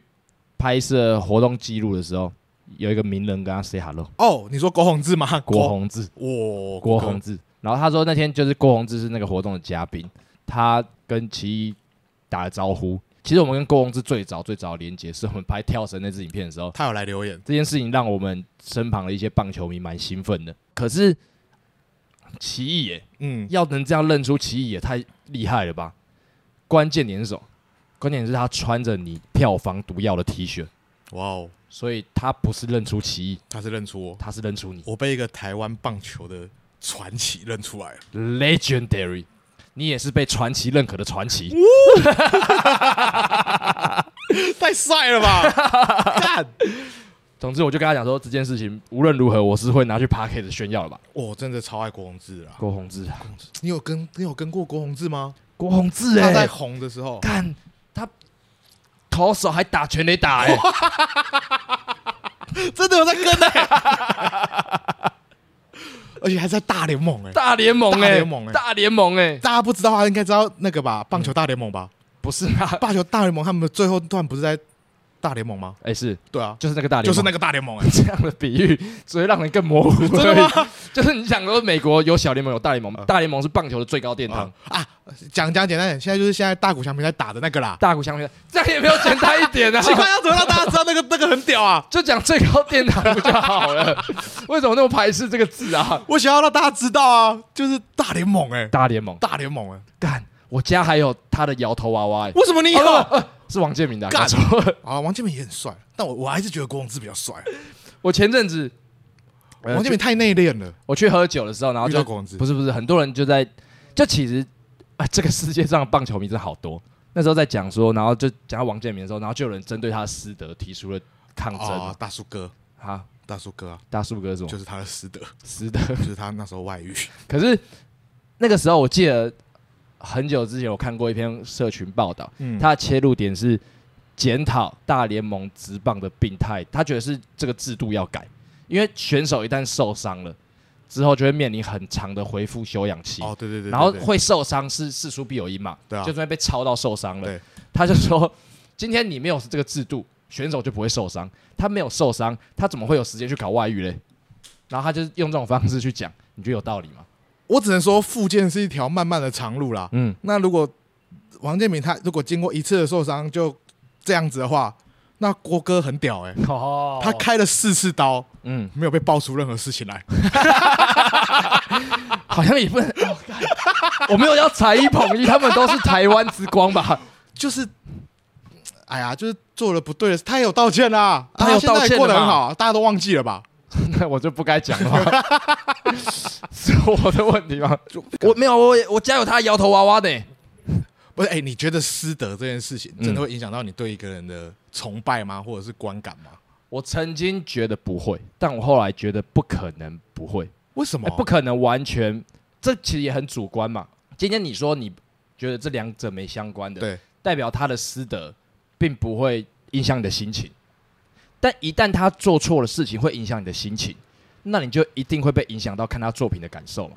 Speaker 1: 拍摄活动记录的时候，有一个名人跟他 say hello，
Speaker 2: 哦，你说郭宏志吗？
Speaker 1: 郭，宏志，
Speaker 2: 我
Speaker 1: 郭宏，志。然后他说那天就是郭宏志是那个活动的嘉宾，他跟奇艺打了招呼。其实我们跟郭宏志最早最早的连接是我们拍跳绳那支影片的时候，
Speaker 2: 他有来留言，
Speaker 1: 这件事情让我们身旁的一些棒球迷蛮兴奋的。可是奇艺耶，
Speaker 2: 嗯，
Speaker 1: 要能这样认出奇异也太厉害了吧？关键点是什么？关键是他穿着你票房毒药的 T 恤，
Speaker 2: 哇哦，
Speaker 1: 所以他不是认出奇异，
Speaker 2: 他是认出我，
Speaker 1: 他是认出你
Speaker 2: 我被一个台湾棒球的传奇认出来了，
Speaker 1: ，legendary。你也是被传奇认可的传奇，
Speaker 2: 太帅 了吧！干，
Speaker 1: 总之我就跟他讲说这件事情无论如何我是会拿去 p a c k e t 炫耀的吧。
Speaker 2: 我真的超爱郭宏志啊！
Speaker 1: 郭宏志，
Speaker 2: 你有跟你有跟过郭宏志吗？
Speaker 1: 郭宏志
Speaker 2: 他
Speaker 1: 哎、
Speaker 2: 在
Speaker 1: 欸，
Speaker 2: 红的时候，
Speaker 1: 干他投手还打全垒打哎、
Speaker 2: 真的有在跟呢、而且还在大联盟哎、
Speaker 1: 大联盟
Speaker 2: 大
Speaker 1: 哎、
Speaker 2: 联盟欸
Speaker 1: 大联盟哎、
Speaker 2: 大家不知道啊，应该知道那个吧？棒球大联盟吧？
Speaker 1: 不是啊吗？
Speaker 2: 棒球大联盟他们最后段不是在大联盟吗？
Speaker 1: 哎、是
Speaker 2: 对啊，
Speaker 1: 就是那个大联
Speaker 2: 就
Speaker 1: 盟，
Speaker 2: 是那个大联盟哎、
Speaker 1: 这样的比喻只会让人更模糊。真
Speaker 2: 真的吗？
Speaker 1: 就是你想说美国有小联盟，有大联盟，大联盟是棒球的最高殿堂
Speaker 2: 啊，啊，讲讲简单点，现在就是现在大谷翔平在打的那 个啦。。
Speaker 1: 大股相片，这样也没有简单一点啊
Speaker 2: 奇怪，要怎么让大家知道那个那个很屌啊？
Speaker 1: 就讲最高殿堂不就好了？ 为什么那么排斥这个字啊？
Speaker 2: 我想要让大家知道啊，就是大联盟哎、
Speaker 1: 大联盟
Speaker 2: 大联盟哎、
Speaker 1: 干，我家还有他的摇头娃 娃、欸，
Speaker 2: 为什么你有？
Speaker 1: 哦呃 是王建民的、啊。
Speaker 2: 干
Speaker 1: 搞错了
Speaker 2: 啊，王建民也很帅，但我我还是觉得郭宏志比较帅。
Speaker 1: 我前阵子，呃
Speaker 2: 王建民太内敛了，
Speaker 1: 我去喝酒的时候，然后
Speaker 2: 遇到
Speaker 1: 就
Speaker 2: 郭宏志
Speaker 1: 不是不是，很多人就在，就其实啊，这个世界上的棒球迷真的好多。那时候在讲说，然后就讲到王建民的时候，然后就有人针对他的师德提出了抗争。
Speaker 2: 哦，大叔哥，
Speaker 1: 哈，
Speaker 2: 大叔哥啊，
Speaker 1: 大树哥是什么？
Speaker 2: 就是他的师德，
Speaker 1: 师德。
Speaker 2: 就是他那时候外遇。
Speaker 1: 可 是那个时候，我记得很久之前我看过一篇社群报道，
Speaker 2: 嗯
Speaker 1: 他的切入点是检讨大联盟职棒的病态，他觉得是这个制度要改，因为选手一旦受伤了之后，就会面临很长的恢复休养期。
Speaker 2: 哦，对对对，对
Speaker 1: 然后
Speaker 2: 对
Speaker 1: 会受伤是事出必有因嘛，
Speaker 2: 对啊
Speaker 1: 就算被超到受伤了
Speaker 2: 对，
Speaker 1: 他就说， 今天你没有这个制度，选手就不会受伤。他没有受伤，他怎么会有时间去搞外遇嘞？然后他就用这种方式去讲，你觉得有道理吗？
Speaker 2: 我只能说复健是一条漫漫的长路啦。
Speaker 1: 嗯，
Speaker 2: 那如果王建民他如果经过一次的受伤就这样子的话，那郭哥很屌哎、
Speaker 1: 哦
Speaker 2: 他开了四次刀，
Speaker 1: 嗯，
Speaker 2: 没有被爆出任何事情来。
Speaker 1: 好像也不能， 哦干我没有要踩一捧一，他们都是台湾之光吧？
Speaker 2: 就是，哎呀，就是做了不对的事，他也有道歉啦，
Speaker 1: 他有
Speaker 2: 现在
Speaker 1: 道歉
Speaker 2: 过得
Speaker 1: 了嘛
Speaker 2: 很好，大家都忘记了吧？
Speaker 1: 那我就不该讲了 吧，是我的问题吗？我没有，我我家有他摇头娃娃的、
Speaker 2: 不是，哎、你觉得师德这件事情
Speaker 1: 嗯
Speaker 2: 真的会影响到你对一个人的崇拜吗，或者是观感吗？
Speaker 1: 我曾经觉得不会，但我后来觉得不可能不会，
Speaker 2: 为什么？
Speaker 1: 哎不可能完全，这其实也很主观嘛。今天你说你觉得这两者没相关的，
Speaker 2: 对，
Speaker 1: 代表他的师德并不会影响你的心情，但一旦他做错了事情，会影响你的心情，那你就一定会被影响到看他作品的感受嘛。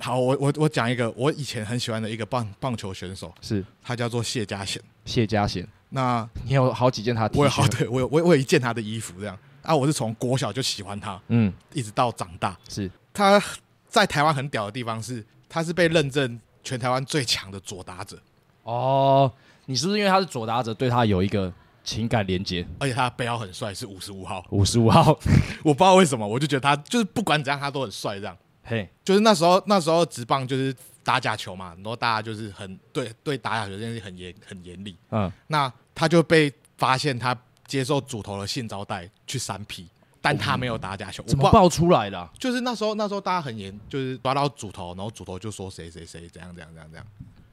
Speaker 2: 好，我我我讲一个我以前很喜欢的一个棒棒球选手，
Speaker 1: 是
Speaker 2: 他叫做谢家贤。
Speaker 1: 谢家贤，
Speaker 2: 那
Speaker 1: 你有好几件他的 T
Speaker 2: 我有好
Speaker 1: 恤，
Speaker 2: 对 我有我有我有一件他的衣服这样啊，我是从国小就喜欢他，
Speaker 1: 嗯，
Speaker 2: 一直到长大。
Speaker 1: 是
Speaker 2: 他在台湾很屌的地方是，他是被认证全台湾最强的左打者，
Speaker 1: 哦，你是不是因为他是左打者，对他有一个情感连接？
Speaker 2: 而且他的背号很帅，是五十五号。
Speaker 1: 五十五号，
Speaker 2: 我不知道为什么，我就觉得他就是不管怎样他都很帅，这样。
Speaker 1: 嘿，
Speaker 2: 就是那时候那时候职棒就是打假球嘛，然后大家就是很对对打假球这件事很严很严厉。
Speaker 1: 嗯，
Speaker 2: 那他就被发现他接受主投的性招待去三 P，但他没有打假球，我
Speaker 1: 怎
Speaker 2: 不
Speaker 1: 么
Speaker 2: 知道？
Speaker 1: 爆出来的啊、
Speaker 2: 就是那时候那时候大家很严，就是抓到主投，然后主投就说谁谁谁怎样怎样怎样怎样，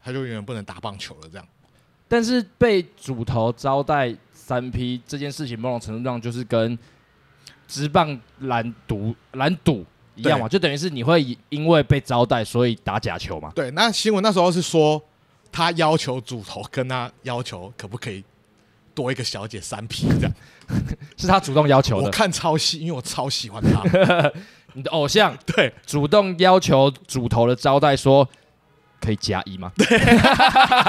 Speaker 2: 他就永远不能打棒球了这样。
Speaker 1: 但是被主头招待三 P 这件事情，某种程度上就是跟直棒拦赌拦赌一样嘛，就等于是你会因为被招待，所以打假球嘛。
Speaker 2: 对，那新闻那时候是说他要求主投跟他要求可不可以多一个小姐三 P 这样。
Speaker 1: 是他主动要求
Speaker 2: 我
Speaker 1: 的，
Speaker 2: 看超戏，因为我超喜欢他。
Speaker 1: 你的偶像
Speaker 2: 对，
Speaker 1: 主动要求主头的招待说，可以加一吗？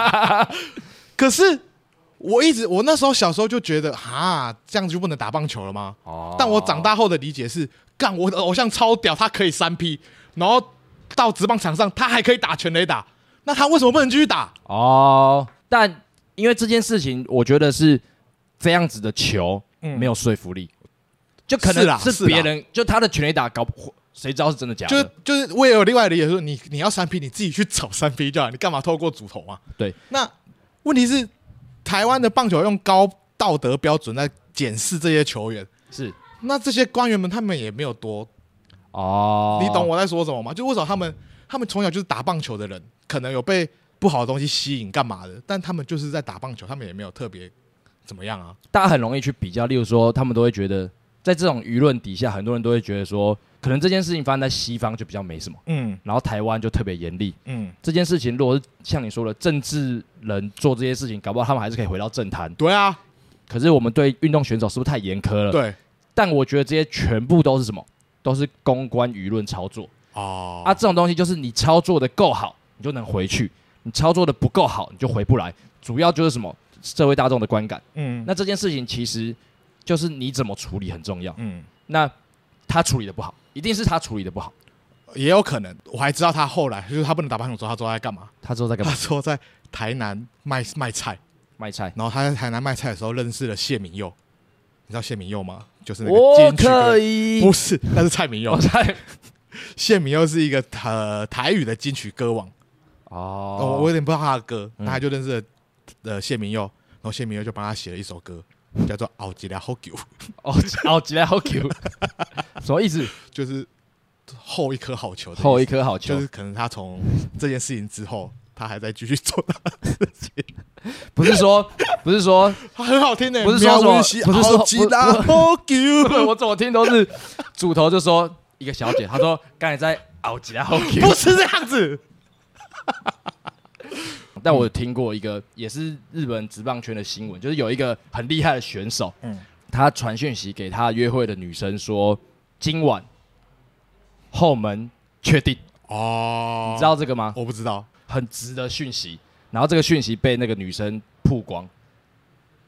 Speaker 2: 可是我一直我那时候小时候就觉得，哈，这样就不能打棒球了吗？
Speaker 1: 哦
Speaker 2: 但我长大后的理解是，干我的偶像超屌，他可以三 P，然后到职棒场上他还可以打全垒打，那他为什么不能继续打？
Speaker 1: 哦，但因为这件事情，我觉得是这样子的球
Speaker 2: 嗯
Speaker 1: 没有说服力，就可
Speaker 2: 是啦啊
Speaker 1: 能
Speaker 2: 是
Speaker 1: 是
Speaker 2: 啦
Speaker 1: 别人就他的全垒打搞不，谁知道是真的假
Speaker 2: 就
Speaker 1: 的
Speaker 2: 是？就是我也有另外的理解说，你你要三 P，你自己去找三 P 就好，你干嘛透过主投啊？
Speaker 1: 对，
Speaker 2: 那问题是台湾的棒球用高道德标准在检视这些球员，
Speaker 1: 是
Speaker 2: 那这些官员们他们也没有多
Speaker 1: 哦，
Speaker 2: 你懂我在说什么吗？就为什么他们他们从小就是打棒球的人，可能有被不好的东西吸引干嘛的，但他们就是在打棒球，他们也没有特别怎么样啊。
Speaker 1: 大家很容易去比较，例如说，他们都会觉得，在这种舆论底下，很多人都会觉得说，可能这件事情发生在西方就比较没什么，
Speaker 2: 嗯
Speaker 1: 然后台湾就特别严厉。
Speaker 2: 嗯，
Speaker 1: 这件事情如果是像你说的，政治人做这些事情，搞不好他们还是可以回到政坛。
Speaker 2: 对啊，
Speaker 1: 可是我们对运动选手是不是太严苛了？
Speaker 2: 对
Speaker 1: 但我觉得这些全部都是什么？都是公关舆论操作
Speaker 2: 哦
Speaker 1: 啊！这种东西就是你操作的够好，你就能回去；你操作的不够好，你就回不来。主要就是什么？社会大众的观感。
Speaker 2: 嗯
Speaker 1: 那这件事情其实就是你怎么处理很重要。
Speaker 2: 嗯，
Speaker 1: 那他处理的不好，一定是他处理的不好。
Speaker 2: 也有可能。我还知道他后来就是他不能打棒球之后，他之后在干嘛？
Speaker 1: 他之后在干
Speaker 2: 他
Speaker 1: 嘛？
Speaker 2: 之后在台南卖卖菜，
Speaker 1: 卖菜。
Speaker 2: 然后他在台南卖菜的时候认识了谢明佑，你知道谢明佑吗？就是那个
Speaker 1: 我
Speaker 2: 金曲歌
Speaker 1: 可。以，哦
Speaker 2: 不是，那是蔡明佑
Speaker 1: 我。在
Speaker 2: 谢明佑是一个呃台语的金曲歌王，哦，
Speaker 1: 哦，
Speaker 2: 我有点不知道他的歌，
Speaker 1: 嗯
Speaker 2: 那他就认识了呃谢明佑，然后谢明佑就帮他写了一首歌，叫做《奥吉拉后久》，
Speaker 1: 哦哦，几来好 Q，什么意思？
Speaker 2: 就是后一颗好球的意思，
Speaker 1: 后一颗好球
Speaker 2: 就是，可能他从这件事情之后，他还在继续做，
Speaker 1: 不是说不是说
Speaker 2: 他很好听的、
Speaker 1: 不是说什么不是说
Speaker 2: 奥吉拉后久，
Speaker 1: 对我怎么听都是主头就说一个小姐，她说 刚才在熬几然后 Q，
Speaker 2: 不是这样子，
Speaker 1: 但我有听过一个也是日本职棒圈的新闻，就是有一个很厉害的选手，
Speaker 2: 嗯
Speaker 1: 他传讯息给他约会的女生说，今晚后门确定，
Speaker 2: 哦，
Speaker 1: 你知道这个吗？
Speaker 2: 我不知道，
Speaker 1: 很直的讯息，然后这个讯息被那个女生曝光，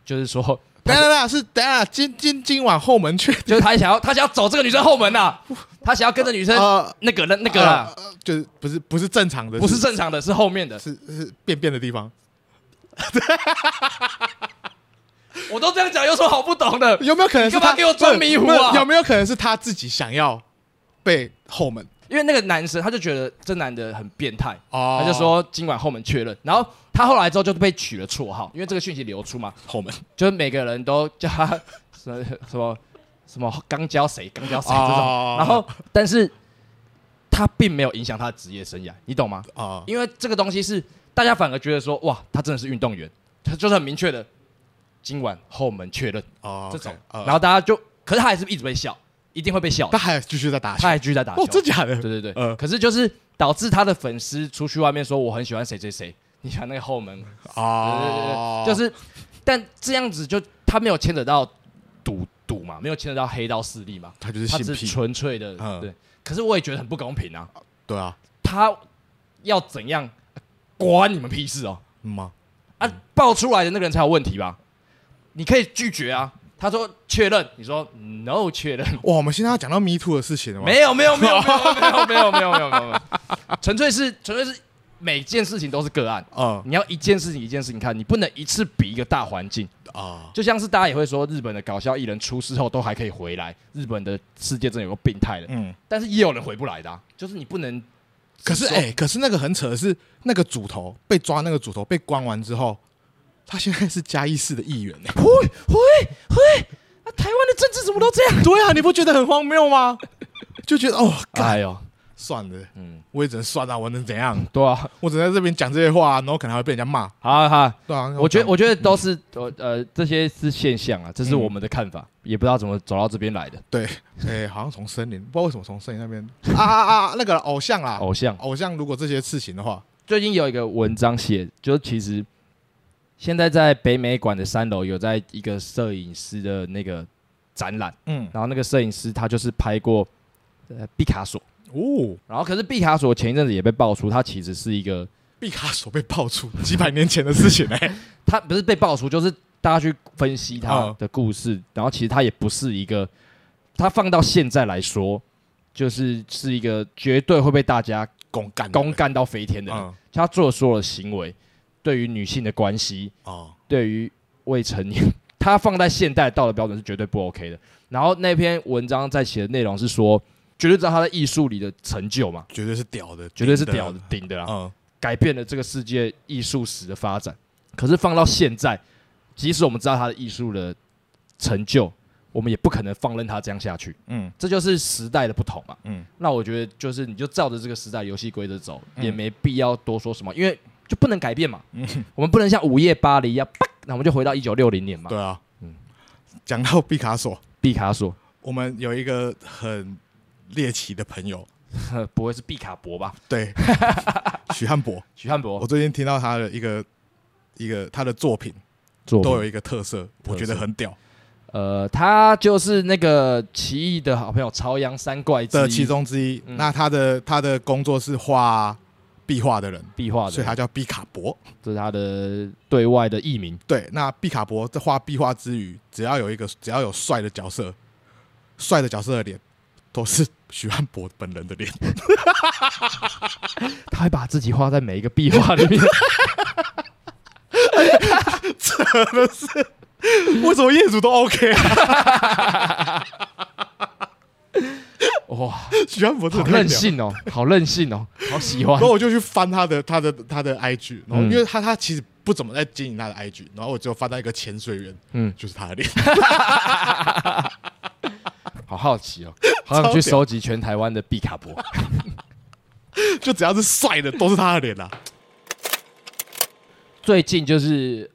Speaker 1: 就是 说，
Speaker 2: 等等等，是等下今今今晚后门去
Speaker 1: 就是他想要他想要走这个女生后门呐、啊 他想要跟着女生
Speaker 2: 呃
Speaker 1: 那个那那个啦
Speaker 2: 呃，呃就是不是不是正常的，
Speaker 1: 不是正常的，是后面的。
Speaker 2: 是是便便的地方，
Speaker 1: 我都这样讲，有什么好不懂的？
Speaker 2: 有没有可能是
Speaker 1: 你干嘛
Speaker 2: 他
Speaker 1: 给我装迷糊啊
Speaker 2: 没有有没有可能是他自己想要被后门？
Speaker 1: 因为那个男生他就觉得这男的很变态，
Speaker 2: 哦
Speaker 1: 他就说今晚后门确认。然后他后来之后就被取了绰号，因为这个讯息流出嘛，
Speaker 2: 后门
Speaker 1: 就是每个人都叫他什么什么什么刚教谁刚教谁这种。
Speaker 2: 哦
Speaker 1: 然后，但是他并没有影响他的职业生涯，你懂吗？
Speaker 2: 啊，
Speaker 1: 因为这个东西是大家反而觉得说，哇，他真的是运动员，他就是很明确的，今晚后门确认
Speaker 2: 哦
Speaker 1: 这种。然
Speaker 2: 然后
Speaker 1: 后大家就，可是他还是一直被笑，一定会被笑
Speaker 2: 他，还继续在打
Speaker 1: 他
Speaker 2: 球，
Speaker 1: 还继续在打球
Speaker 2: 哦，。真假 的？
Speaker 1: 对对对，
Speaker 2: 呃
Speaker 1: 可是就是导致他的粉丝出去外面说我很喜欢谁谁谁， 你想那个后门，
Speaker 2: 哦，
Speaker 1: 对对对对就是，但这样子就他没有牵扯到赌赌嘛，没有牵扯到黑道势力嘛，
Speaker 2: 他就是
Speaker 1: 他
Speaker 2: 性
Speaker 1: 是
Speaker 2: 癖，
Speaker 1: 纯粹的、
Speaker 2: 嗯
Speaker 1: 对。可是我也觉得很不公平啊，
Speaker 2: 对啊，
Speaker 1: 他要怎样呃关你们屁事哦？
Speaker 2: 嗯吗？
Speaker 1: 啊，爆出来的那个人才有问题吧？你可以拒绝啊。他说确认，你说嗯 no 确认，
Speaker 2: 哇，我们现在要讲到 Me Too 的事情了吗？
Speaker 1: 没有没有没有没有没有没有没有没有没有没有，纯粹是纯粹是每件事情都是个案，
Speaker 2: 啊
Speaker 1: 你要一件事情一件事情看，你不能一次比一个大环境。
Speaker 2: 啊
Speaker 1: 就像是大家也会说，日本的搞笑艺人出事后都还可以回来，日本的世界真的有个病态的，
Speaker 2: 嗯，
Speaker 1: 但是也有人回不来的、啊，就是你不能
Speaker 2: 可是
Speaker 1: 说
Speaker 2: 哎，可是那个很扯的是，那个主头被抓，那个主头被关完之后，他现在是嘉义市的议员呢。哎
Speaker 1: 会会会啊！台湾的政治怎么都这样？
Speaker 2: 对啊，你不觉得很荒谬吗？ 就觉得哦，干
Speaker 1: 哎呦，
Speaker 2: 算了，
Speaker 1: 嗯，
Speaker 2: 我也只能算了，我能怎样？
Speaker 1: 对啊，
Speaker 2: 我只能在这边讲这些话，然后可能还会被人家骂。
Speaker 1: 好啊好啊，
Speaker 2: 对啊，
Speaker 1: 我觉得
Speaker 2: 讲
Speaker 1: 我觉得都是呃呃这些是现象啊，这是我们的看法，也不知道怎么走到这边来的。
Speaker 2: 对，哎，好像从森林，不知道为什么从森林那边啊啊啊，那个偶像啦，
Speaker 1: 偶像
Speaker 2: 偶像如果这些事情的话，
Speaker 1: 最近有一个文章写，就其实现在在北美馆的三楼有在一个摄影师的那个展览，
Speaker 2: 嗯，
Speaker 1: 然后那个摄影师他就是拍过呃毕卡索，
Speaker 2: 哦，
Speaker 1: 然后可是毕卡索前一阵子也被爆出他其实是一个，
Speaker 2: 毕卡索被爆出几百年前的事情哎、
Speaker 1: 他不是被爆出，就是大家去分析他
Speaker 2: 嗯
Speaker 1: 的故事，然后其实他也不是一个，他放到现在来说，就是是一个绝对会被大家
Speaker 2: 公干
Speaker 1: 公干到飞天的人，
Speaker 2: 嗯
Speaker 1: 他做的所有的行为，对于女性的关系，
Speaker 2: 哦，
Speaker 1: 对于未成年，他放在现代道德标准是绝对不 OK 的。然后那篇文章在写的内容是说，绝对知道他在艺术里的成就嘛，
Speaker 2: 绝对是屌的，
Speaker 1: 绝对是
Speaker 2: 顶
Speaker 1: 屌的，顶的啦，
Speaker 2: 嗯，
Speaker 1: 改变了这个世界艺术史的发展。可是放到现在，即使我们知道他的艺术的成就，我们也不可能放任他这样下去。
Speaker 2: 嗯
Speaker 1: 这就是时代的不同嘛。
Speaker 2: 嗯，
Speaker 1: 那我觉得就是你就照着这个时代游戏规则走，
Speaker 2: 嗯
Speaker 1: 也没必要多说什么，因为就不能改变嘛。我们不能像午夜巴黎一样，啪那我们就回到一九六零年嘛。
Speaker 2: 对啊，
Speaker 1: 嗯
Speaker 2: 嗯，讲到毕卡索，
Speaker 1: 毕卡索，
Speaker 2: 我们有一个很猎奇的朋友，
Speaker 1: 呵不会是毕卡博吧？
Speaker 2: 对，许汉博，
Speaker 1: 许汉博
Speaker 2: 我最近听到他的一个一个他的作品
Speaker 1: 做
Speaker 2: 都有一个特色，我觉得很屌
Speaker 1: 呃，他就是那个奇异的好朋友朝阳三怪之
Speaker 2: 的
Speaker 1: 一
Speaker 2: 其中之一。
Speaker 1: 嗯
Speaker 2: 那他的他的工作是画壁画的人，
Speaker 1: 壁画的，
Speaker 2: 所以他叫毕卡博。
Speaker 1: 这是他的对外的艺名。
Speaker 2: 对，那毕卡博在画壁画之余，只要有一个只要有帅的角色，帅的角色的脸都是许汉博本人的脸。
Speaker 1: 他会把自己画在每一个壁画里面。
Speaker 2: 为什么业主都 OK 啊？
Speaker 1: 哇，
Speaker 2: 许汉博真
Speaker 1: 好
Speaker 2: 的太屌
Speaker 1: 任性哦，好任性哦，好喜欢
Speaker 2: 然。后我就去翻他的他的他的 IG，然后
Speaker 1: 嗯
Speaker 2: 因为他他其实不怎么在经营他的 IG，然后我只有翻到一个潜水员，
Speaker 1: 嗯，
Speaker 2: 就是他的脸。
Speaker 1: 好好奇哦，好想去
Speaker 2: 超屌
Speaker 1: 收集全台湾的毕卡博。
Speaker 2: 就只要是帅的都是他的脸啊啦、
Speaker 1: 最近就是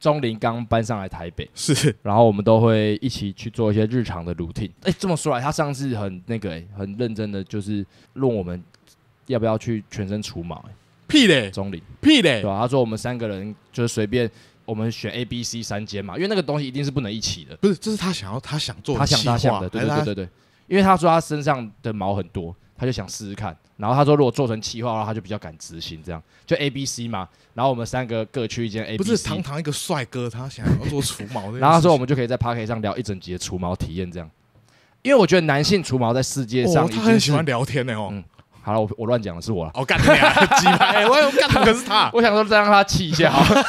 Speaker 1: 钟林刚搬上来台北，
Speaker 2: 是
Speaker 1: 然后我们都会一起去做一些日常的 routine。哎，这么说来，他上次很那个、哎，很认真的，就是问我们要不要去全身除毛、哎，
Speaker 2: 屁嘞，
Speaker 1: 钟林
Speaker 2: 屁
Speaker 1: 对
Speaker 2: 嘞，
Speaker 1: 吧、他说我们三个人就是随便，我们选 A、B、C 三间嘛，因为那个东西一定是不能一起的。
Speaker 2: 不是，这是他想要他想做的
Speaker 1: 他想
Speaker 2: 计划
Speaker 1: 他想的，对对
Speaker 2: 还是
Speaker 1: 对对对，因为他说他身上的毛很多，他就想试试看。然后他说，如果做成企划的话，他就比较敢执行。这样就 A、B、C 嘛。然后我们三个各去一间 A、
Speaker 2: 不
Speaker 1: B、
Speaker 2: 是
Speaker 1: C，
Speaker 2: 堂堂一个帅哥，他想要做除毛 的。
Speaker 1: 然后他说我们就可以在 p a r k 上聊一整集的除毛体验这样。因为我觉得男性除毛在世界上
Speaker 2: 哦
Speaker 1: 已，经
Speaker 2: 他
Speaker 1: 是、
Speaker 2: 很喜欢聊天呢哦
Speaker 1: 嗯。好了，我我乱讲的是 我了。
Speaker 2: 哦，干你啊，鸡排！我我干的可是他，
Speaker 1: 我想说再让他气一下好了，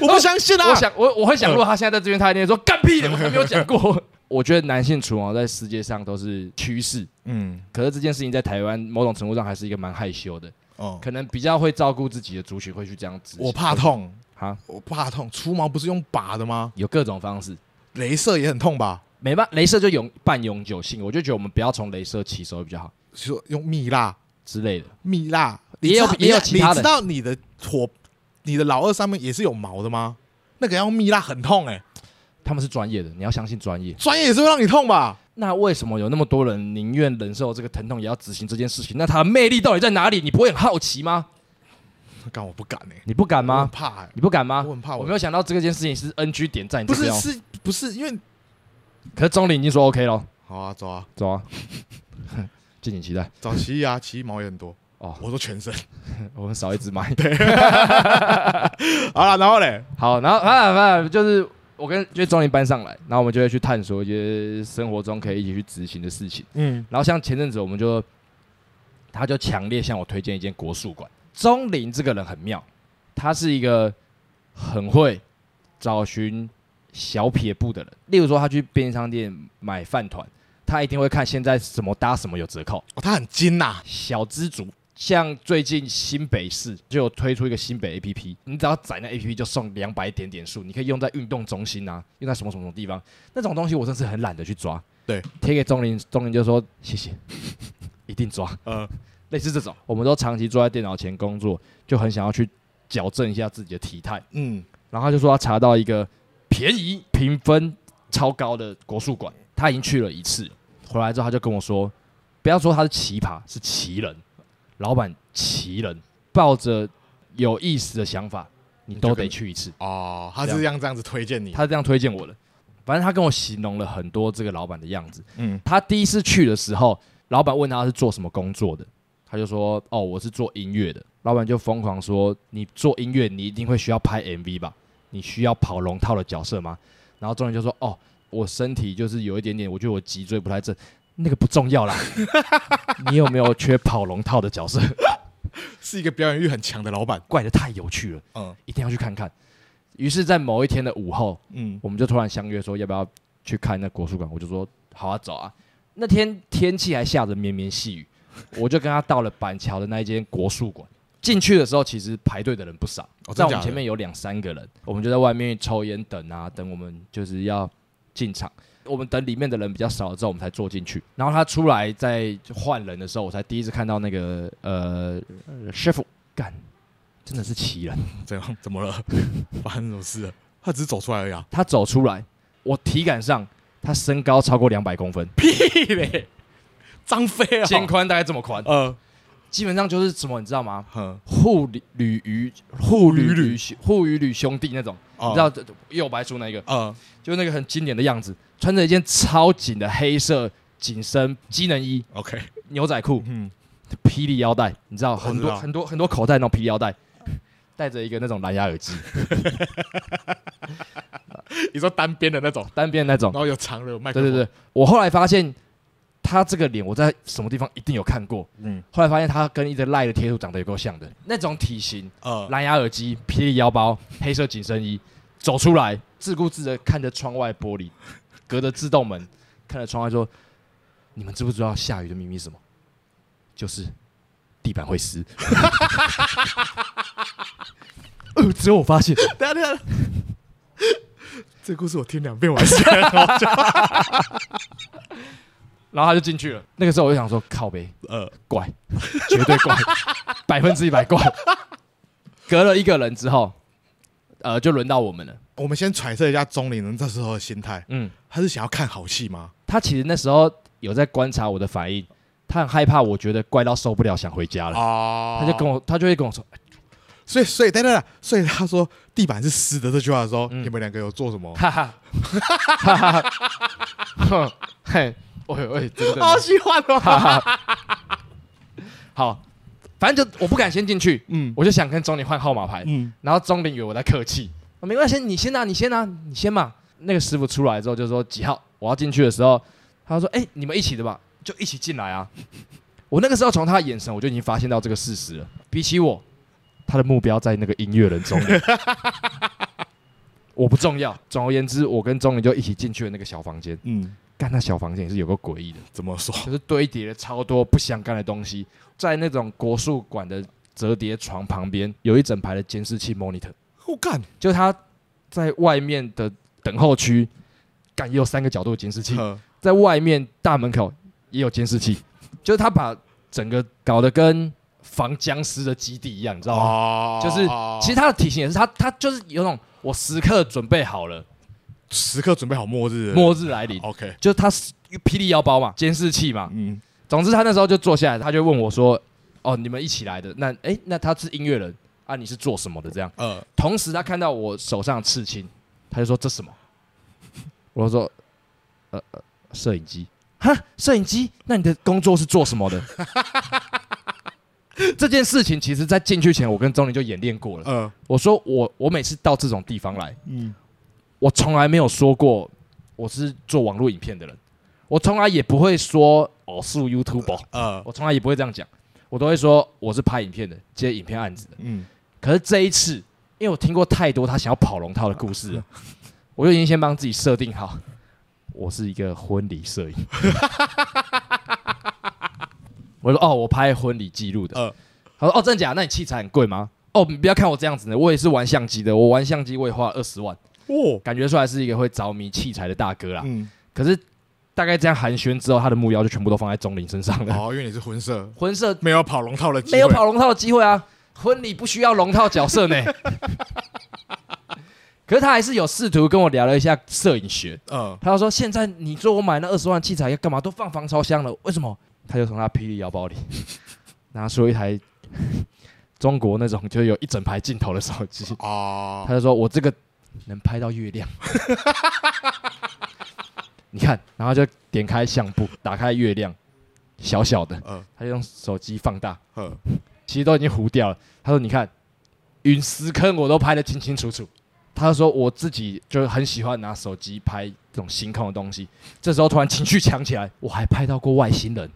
Speaker 2: 我不相信啊
Speaker 1: 我！想我我会想，如果他现在在这边，他一定说干屁的，我才没有讲 过。我觉得男性除毛在世界上都是趋势，
Speaker 2: 嗯，
Speaker 1: 可是这件事情在台湾某种程度上还是一个蛮害羞的，
Speaker 2: 哦，
Speaker 1: 可能比较会照顾自己的族群会去这样子。
Speaker 2: 我怕痛，
Speaker 1: 啊，
Speaker 2: 我怕痛。除毛不是用拔的吗？
Speaker 1: 有各种方式，
Speaker 2: 镭射也很痛吧？
Speaker 1: 没办，镭射就永半永久性，我就觉得我们不要从镭射起手比较好
Speaker 2: 说用蜜蜡，
Speaker 1: 之类的。
Speaker 2: 蜜蜡
Speaker 1: 也有
Speaker 2: 你知道
Speaker 1: 也有
Speaker 2: 你
Speaker 1: 其他的
Speaker 2: 你知道你的火，你的老二上面也是有毛的吗？那个要用蜜蜡很痛哎、
Speaker 1: 他们是专业的，你要相信专业。
Speaker 2: 专业也是会让你痛吧？
Speaker 1: 那为什么有那么多人宁愿忍受这个疼痛也要执行这件事情？那它的魅力到底在哪里？你不会很好奇吗？
Speaker 2: 干我不敢哎、
Speaker 1: 你不敢
Speaker 2: 我很
Speaker 1: 吗？
Speaker 2: 怕哎、
Speaker 1: 你不敢吗？
Speaker 2: 我很怕我
Speaker 1: 啊我没有想到这件事情是 NG 点在你
Speaker 2: 不
Speaker 1: 这
Speaker 2: 是
Speaker 1: 边哦。
Speaker 2: 是不是因为
Speaker 1: 可是钟林已经说 OK 了，
Speaker 2: 好啊，走啊，
Speaker 1: 走啊，敬请期待
Speaker 2: 找奇异啊，奇异毛也很多。
Speaker 1: 哦。
Speaker 2: 我说全身
Speaker 1: 我们少一只买。
Speaker 2: 好了，然后嘞，
Speaker 1: 好，然后反正反正就是我跟就钟林搬上来，然后我们就会去探索一些生活中可以一起去执行的事情。
Speaker 2: 嗯，
Speaker 1: 然后像前阵子我们就，他就强烈向我推荐一间国术馆。钟林这个人很妙，他是一个很会找寻小撇步的人。例如说，他去便利商店买饭团，他一定会看现在什么搭什么有折扣，
Speaker 2: 哦，他很精呐、
Speaker 1: 小知足。像最近新北市就有推出一个新北 A P P，你只要载那 A P P 就送两百点点数，你可以用在运动中心啊，用在什么什么什么地方。那种东西我真是很懒得去抓。
Speaker 2: 对，
Speaker 1: 贴给钟林，钟林就说谢谢， 一定抓。
Speaker 2: 呃，
Speaker 1: 类似这种，我们都长期坐在电脑前工作，就很想要去矫正一下自己的体态。
Speaker 2: 嗯，
Speaker 1: 然后他就说他查到一个便宜、评分超高的国术馆，他已经去了一次，回来之后他就跟我说，不要说他是奇葩，是奇人，老板奇人，抱着有意思的想法，你都得去一次。
Speaker 2: 哦，他是这样这样子推荐你，
Speaker 1: 他这样推荐我的，反正他跟我形容了很多这个老板的样子。
Speaker 2: 嗯，
Speaker 1: 他第一次去的时候，老板问他是做什么工作的，他就说：“哦，我是做音乐的。”老板就疯狂说：“你做音乐，你一定会需要拍 MV 吧？你需要跑龙套的角色吗？”然后众人就说：“哦，我身体就是有一点点，我觉得我脊椎不太正，那个不重要啦。你有没有缺跑龙套的角色？
Speaker 2: 是一个表演欲很强的老板，
Speaker 1: 怪得太有趣了，
Speaker 2: 嗯
Speaker 1: 一定要去看看。”于是，在某一天的午后，
Speaker 2: 嗯，
Speaker 1: 我们就突然相约说要不要去看那国术馆，我就说好啊，走啊。那天天气还下着绵绵细 雨，我就跟他到了板桥的那一间国术馆。进去的时候，其实排队的人不少，
Speaker 2: 哦真
Speaker 1: 在我
Speaker 2: 假
Speaker 1: 们
Speaker 2: 的
Speaker 1: 前面有两三个人，我们就在外面抽烟等啊，等我们就是要进场。我们等里面的人比较少了之后，我们才坐进去。然后他出来在换人的时候，我才第一次看到那个呃呃师傅干，真的是奇人。
Speaker 2: 怎样？怎 么了？发生什么事了？他只是走出来而已啊，
Speaker 1: 他走出来，我体感上他身高超过两百公分，
Speaker 2: 屁嘞，张飞啊，
Speaker 1: 肩宽大概这么宽，
Speaker 2: 呃，
Speaker 1: 基本上就是什么你知道吗？
Speaker 2: 哼，
Speaker 1: 护旅旅鱼护旅
Speaker 2: 旅
Speaker 1: 旅护鱼旅兄弟那种，
Speaker 2: 哦
Speaker 1: 你知道这右白叔那个，
Speaker 2: 呃，
Speaker 1: 就那个很经典的样子，穿着一件超紧的黑色紧身机能衣、
Speaker 2: OK，
Speaker 1: 牛仔裤、
Speaker 2: 嗯，
Speaker 1: 霹雳腰带，你知道
Speaker 2: 知道
Speaker 1: 很多很多很多口袋那种霹雳腰带，戴着一个那种蓝牙耳机，
Speaker 2: 你说单边的那种，
Speaker 1: 单边那种
Speaker 2: 然。后有长的有麦克
Speaker 1: 对
Speaker 2: 风，
Speaker 1: 对对，我后来发现他这个脸我在什么地方一定有看过，
Speaker 2: 嗯，
Speaker 1: 后来发现他跟一只赖的贴图长得有够像的，那种体型，
Speaker 2: 呃，
Speaker 1: 蓝牙耳机、霹雳腰包、黑色紧身衣，走出来，自顾自的看着窗外玻璃，隔着自动门看着窗外说：“你们知不知道下雨的秘密是什么？就是地板会湿。呃”只有我发现，
Speaker 2: 等一下等一下，等一下这故事我听两遍我还是觉得很好笑，
Speaker 1: 然后他就进去了。那个时候我就想说：“靠呗，
Speaker 2: 呃，
Speaker 1: 怪， 绝对怪，百分之一百怪。”隔了一个人之后，呃，就轮到我们了。
Speaker 2: 我们先揣测一下钟林人这时候的心态，
Speaker 1: 嗯，
Speaker 2: 他是想要看好戏吗？
Speaker 1: 他其实那时候有在观察我的反应，他很害怕，我觉得怪到受不了，想回家了。
Speaker 2: 哦
Speaker 1: 他就跟我，他就会跟我说，
Speaker 2: 所以，所以，等等，所以他说地板是湿的这句话的时候，
Speaker 1: 嗯
Speaker 2: 你们两个有做什么？
Speaker 1: 哈哈，哈哈，哼嘿，哦喂喂，真的
Speaker 2: 好喜欢哦。
Speaker 1: 好，反正就我不敢先进去，
Speaker 2: 嗯
Speaker 1: 我就想跟钟林换号码牌，
Speaker 2: 嗯，
Speaker 1: 然后钟林以为我在客气，哦没关系，你先拿、你先拿、你先嘛。那个师傅出来之后就说几号，我要进去的时候，他说：“哎、你们一起的吧，就一起进来啊。” 我那个时候从他的眼神我就已经发现到这个事实了。比起我，他的目标在那个音乐人中 林，我不重要。总而言之，我跟钟林就一起进去了那个小房间。
Speaker 2: 嗯，
Speaker 1: 干，那小房间也是有个诡异的。
Speaker 2: 怎么说？
Speaker 1: 就是堆叠了超多不相干的东西，在那种国术馆的折叠床旁边有一整排的监视器 monitor，
Speaker 2: 我干，
Speaker 1: 就他在外面的等候区，干也有三个角度的监视器，
Speaker 2: 呵
Speaker 1: 在外面大门口也有监视器，就是他把整个搞得跟防僵尸的基地一样，你知道吗？
Speaker 2: 哦
Speaker 1: 就是其实他的体型也是他，他就是有种我时刻准备好了，
Speaker 2: 时刻准备好末日了。
Speaker 1: 末日来临，
Speaker 2: OK，
Speaker 1: 就是他是霹雳腰包嘛，监视器嘛，
Speaker 2: 嗯，
Speaker 1: 总之他那时候就坐下来，他就问我说：“哦，你们一起来的？那诶，那他是音乐人啊，你是做什么的？”这样，
Speaker 2: 呃，
Speaker 1: 同时他看到我手上的刺青，他就说：“这什么？” 我就说：“呃，呃摄影机。”哈，摄影机？那你的工作是做什么的？ 这件事情其实，在进去前，我跟钟林就演练过了。
Speaker 2: 呃，
Speaker 1: 我说我我每次到这种地方来，
Speaker 2: 嗯，
Speaker 1: 我从来没有说过我是做网络影片的人，我从来也不会说我是 YouTuber。
Speaker 2: 呃，
Speaker 1: 我从来也不会这样讲，我都会说我是拍影片的，接影片案子的。
Speaker 2: 嗯，
Speaker 1: 可是这一次，因为我听过太多他想要跑龙套的故事了，我就已经先帮自己设定好，我是一个婚礼摄 影。我说哦，我拍婚礼记录的。
Speaker 2: 呃
Speaker 1: 他说哦，真的假的那你器材很贵吗？哦，你不要看我这样子呢，我也是玩相机的，我玩相机我也花了二十万，
Speaker 2: 哦，
Speaker 1: 感觉出来是一个会着迷器材的大哥啦。
Speaker 2: 嗯，
Speaker 1: 可是大概这样寒暄之后，他的目标就全部都放在钟林身上了。
Speaker 2: 哦，因为你是混色，
Speaker 1: 婚摄
Speaker 2: 没有跑龙套的机会，
Speaker 1: 没有跑龙套的机会啊！婚礼不需要龙套角色 呢。可是他还是有试图跟我聊了一下摄影学，
Speaker 2: 呃，
Speaker 1: 他就说：“现在你说我买那二十万器材要干嘛？都放防潮箱了，为什么？”他就从他霹雳腰包里 拿出一台中国那种就有一整排镜头的手机，
Speaker 2: 哦，
Speaker 1: 他就说：“我这个能拍到月亮。” 你看，然后就点开相簿，打开月亮，小小的，
Speaker 2: 呃，
Speaker 1: 他就用手机放大，
Speaker 2: 呃，
Speaker 1: 其实都已经糊掉了。他说：“你看，陨石坑我都拍得清清楚楚。”他说：“我自己就很喜欢拿手机拍这种星空的东西。”这时候突然情绪强起来，我还拍到过外星 人。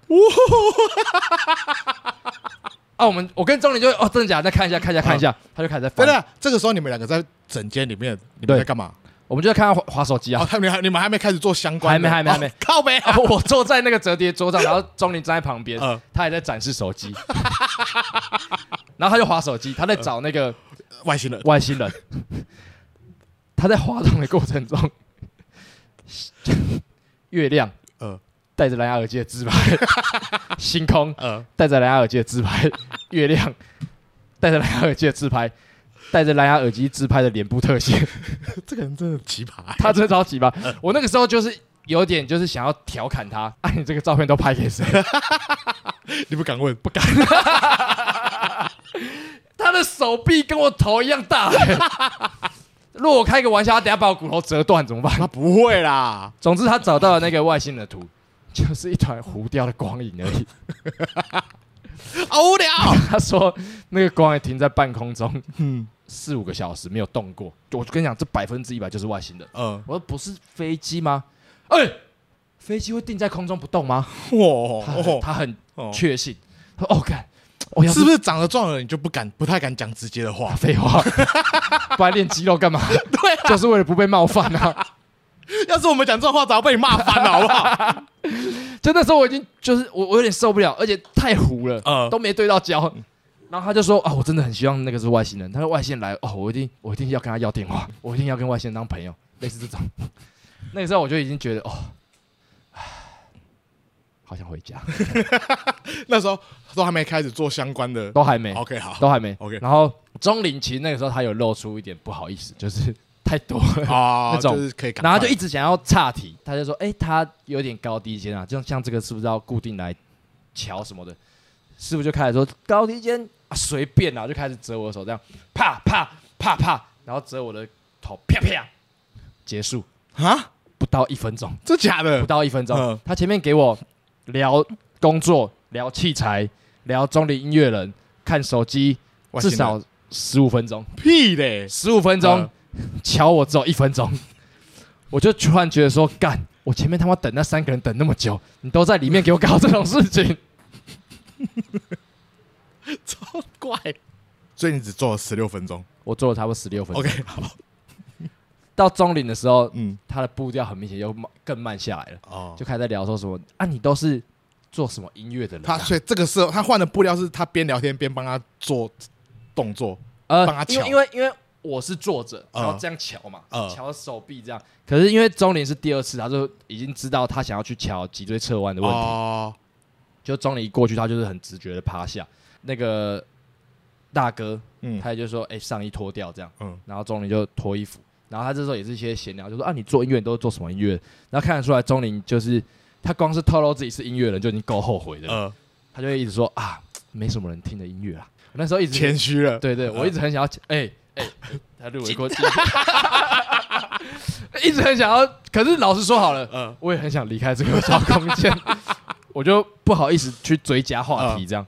Speaker 1: 啊，我们我跟钟林就哦，真的假的？再看一下，看一下，啊看一下，他就开始在
Speaker 2: 对
Speaker 1: 翻。
Speaker 2: 的，这个时候你们两个在整间里面，你
Speaker 1: 对
Speaker 2: 们在干嘛？
Speaker 1: 我们就在看他划划手机
Speaker 2: 哦，
Speaker 1: 啊。
Speaker 2: 他们还你们还没开始做相关的，
Speaker 1: 还没还没
Speaker 2: 哦靠背，
Speaker 1: 啊我坐在那个折叠桌上， 然后钟林站在旁边，
Speaker 2: 呃，
Speaker 1: 他也在展示手机， 然后他就划手机，他在找那个
Speaker 2: 外星人，
Speaker 1: 外星人，他在滑动的过程中，月亮
Speaker 2: 呃
Speaker 1: 带着蓝牙耳机的自拍，星空
Speaker 2: 呃，
Speaker 1: 带着蓝牙耳机的自拍，月亮带着蓝牙耳机的自拍，带着蓝牙耳机自拍的脸部特写，
Speaker 2: 这个人真的很奇葩，
Speaker 1: 他真的超级吧？我那个时候就是有点就是想要调侃他，啊，你这个照片都拍给谁？
Speaker 2: 你不敢问，不敢，
Speaker 1: 他的手臂跟我头一样大、 如果我开个玩笑，他等下把我骨头折断怎么办？
Speaker 2: 他不会啦，
Speaker 1: 总之，他找到了那个外星人的图， 就是一团糊掉的光影而已。
Speaker 2: 好哦无聊，
Speaker 1: 他说那个光也停在半空中
Speaker 2: 嗯，
Speaker 1: 四五个小时没有动过。我就跟你讲，这百分之一百就是外星人。
Speaker 2: 呃，
Speaker 1: 我说不是飞机吗？哎、飞机会定在空中不动吗？他很
Speaker 2: 哇，
Speaker 1: 他很
Speaker 2: 哦
Speaker 1: 确信。他说：“哦，看，我要
Speaker 2: 是不是长得壮的人你就不敢不太敢讲直接的话？
Speaker 1: 废 话，不然练肌肉干嘛？
Speaker 2: 对啊，
Speaker 1: 就是为了不被冒犯 啊！
Speaker 2: 要是我们讲这种话，早被你骂翻了，好不好？
Speaker 1: 就那时候我已经就是我我有点受不了，而且太糊了。
Speaker 2: 呃
Speaker 1: 都没对到焦。然后他就说啊，我真的很希望那个是外星人，他说外星人来哦，我一定 我一定要跟他要电话，我一定要跟外星人当朋友， 类似这种。那个时候我就已经觉得哦， 唉好想回 家，
Speaker 2: 那时候都还没开始做相关的
Speaker 1: 都还没，
Speaker 2: ，OK，好，
Speaker 1: 都还没。
Speaker 2: OK
Speaker 1: 然后钟林其实那个时候他有露出一点不好意思，就是太多了。
Speaker 2: 啊，
Speaker 1: 那种
Speaker 2: 就是可以赶快，
Speaker 1: 然后就一直想要岔题，他就说：“哎、他有点高低肩啊，就像这个是不是要固定来瞧什么的？”师傅就开始说：“高低肩啊，随便啊！”就开始折我的手，这样啪啪啪啪，然后折我的头，啪啪，结束。
Speaker 2: 啊，
Speaker 1: 不到一分钟，
Speaker 2: 这假
Speaker 1: 不
Speaker 2: 的？
Speaker 1: 到一分钟。
Speaker 2: 嗯
Speaker 1: 他前面给我聊工作、聊器材、聊中立音乐人、看手机，
Speaker 2: 外
Speaker 1: 至
Speaker 2: 星
Speaker 1: 少十五分钟，
Speaker 2: 屁嘞！
Speaker 1: 十五分钟
Speaker 2: 嗯，
Speaker 1: 瞧我只有一分钟， 我就突然觉得说，干，我前面他妈等那三个人等那么久，你都在里面给我搞这种事情，
Speaker 2: 超怪。所以你只做了十六分钟
Speaker 1: 我做了差不多十六分钟。
Speaker 2: ，OK，好，
Speaker 1: 到中岭的时候，
Speaker 2: 嗯，
Speaker 1: 他的步调很明显又慢更慢下来了，
Speaker 2: 哦，
Speaker 1: 就开始在聊说什么啊，你都是做什么音乐的人、
Speaker 2: 他
Speaker 1: 啊？
Speaker 2: 所以这个时候他换的布料是他边聊天边帮他做动作，
Speaker 1: 呃
Speaker 2: 帮他
Speaker 1: 因为
Speaker 2: 瞧
Speaker 1: 因为因为我是坐着，
Speaker 2: 嗯
Speaker 1: 然后这样瞧嘛，
Speaker 2: 嗯
Speaker 1: 瞧手臂这样。可是因为钟林是第二次，他就已经知道他想要去瞧脊椎侧弯的问题，
Speaker 2: 哦，
Speaker 1: 就钟林一过去，他就是很直觉的趴下。那个大哥，
Speaker 2: 嗯
Speaker 1: 他也就说：“哎、上衣脱掉这样。”
Speaker 2: 嗯，
Speaker 1: 然后钟林就脱衣服，然后他这时候也是一些闲聊，就说啊，你做音乐你都是做什么音乐？然后看得出来钟林就是他光是透露自己是音乐人就已经够后悔的，了。
Speaker 2: 呃，
Speaker 1: 他就会一直说啊，没什么人听的音乐啊。我那时候一直
Speaker 2: 谦虚了，
Speaker 1: 对对，
Speaker 2: 嗯
Speaker 1: 我一直很想要，哎哎，他 入围过金， 一直很想要，可是老实说好了，
Speaker 2: 嗯
Speaker 1: 我也很想离开这个小空间， 我就不好意思去追加话
Speaker 2: 嗯
Speaker 1: 题这样。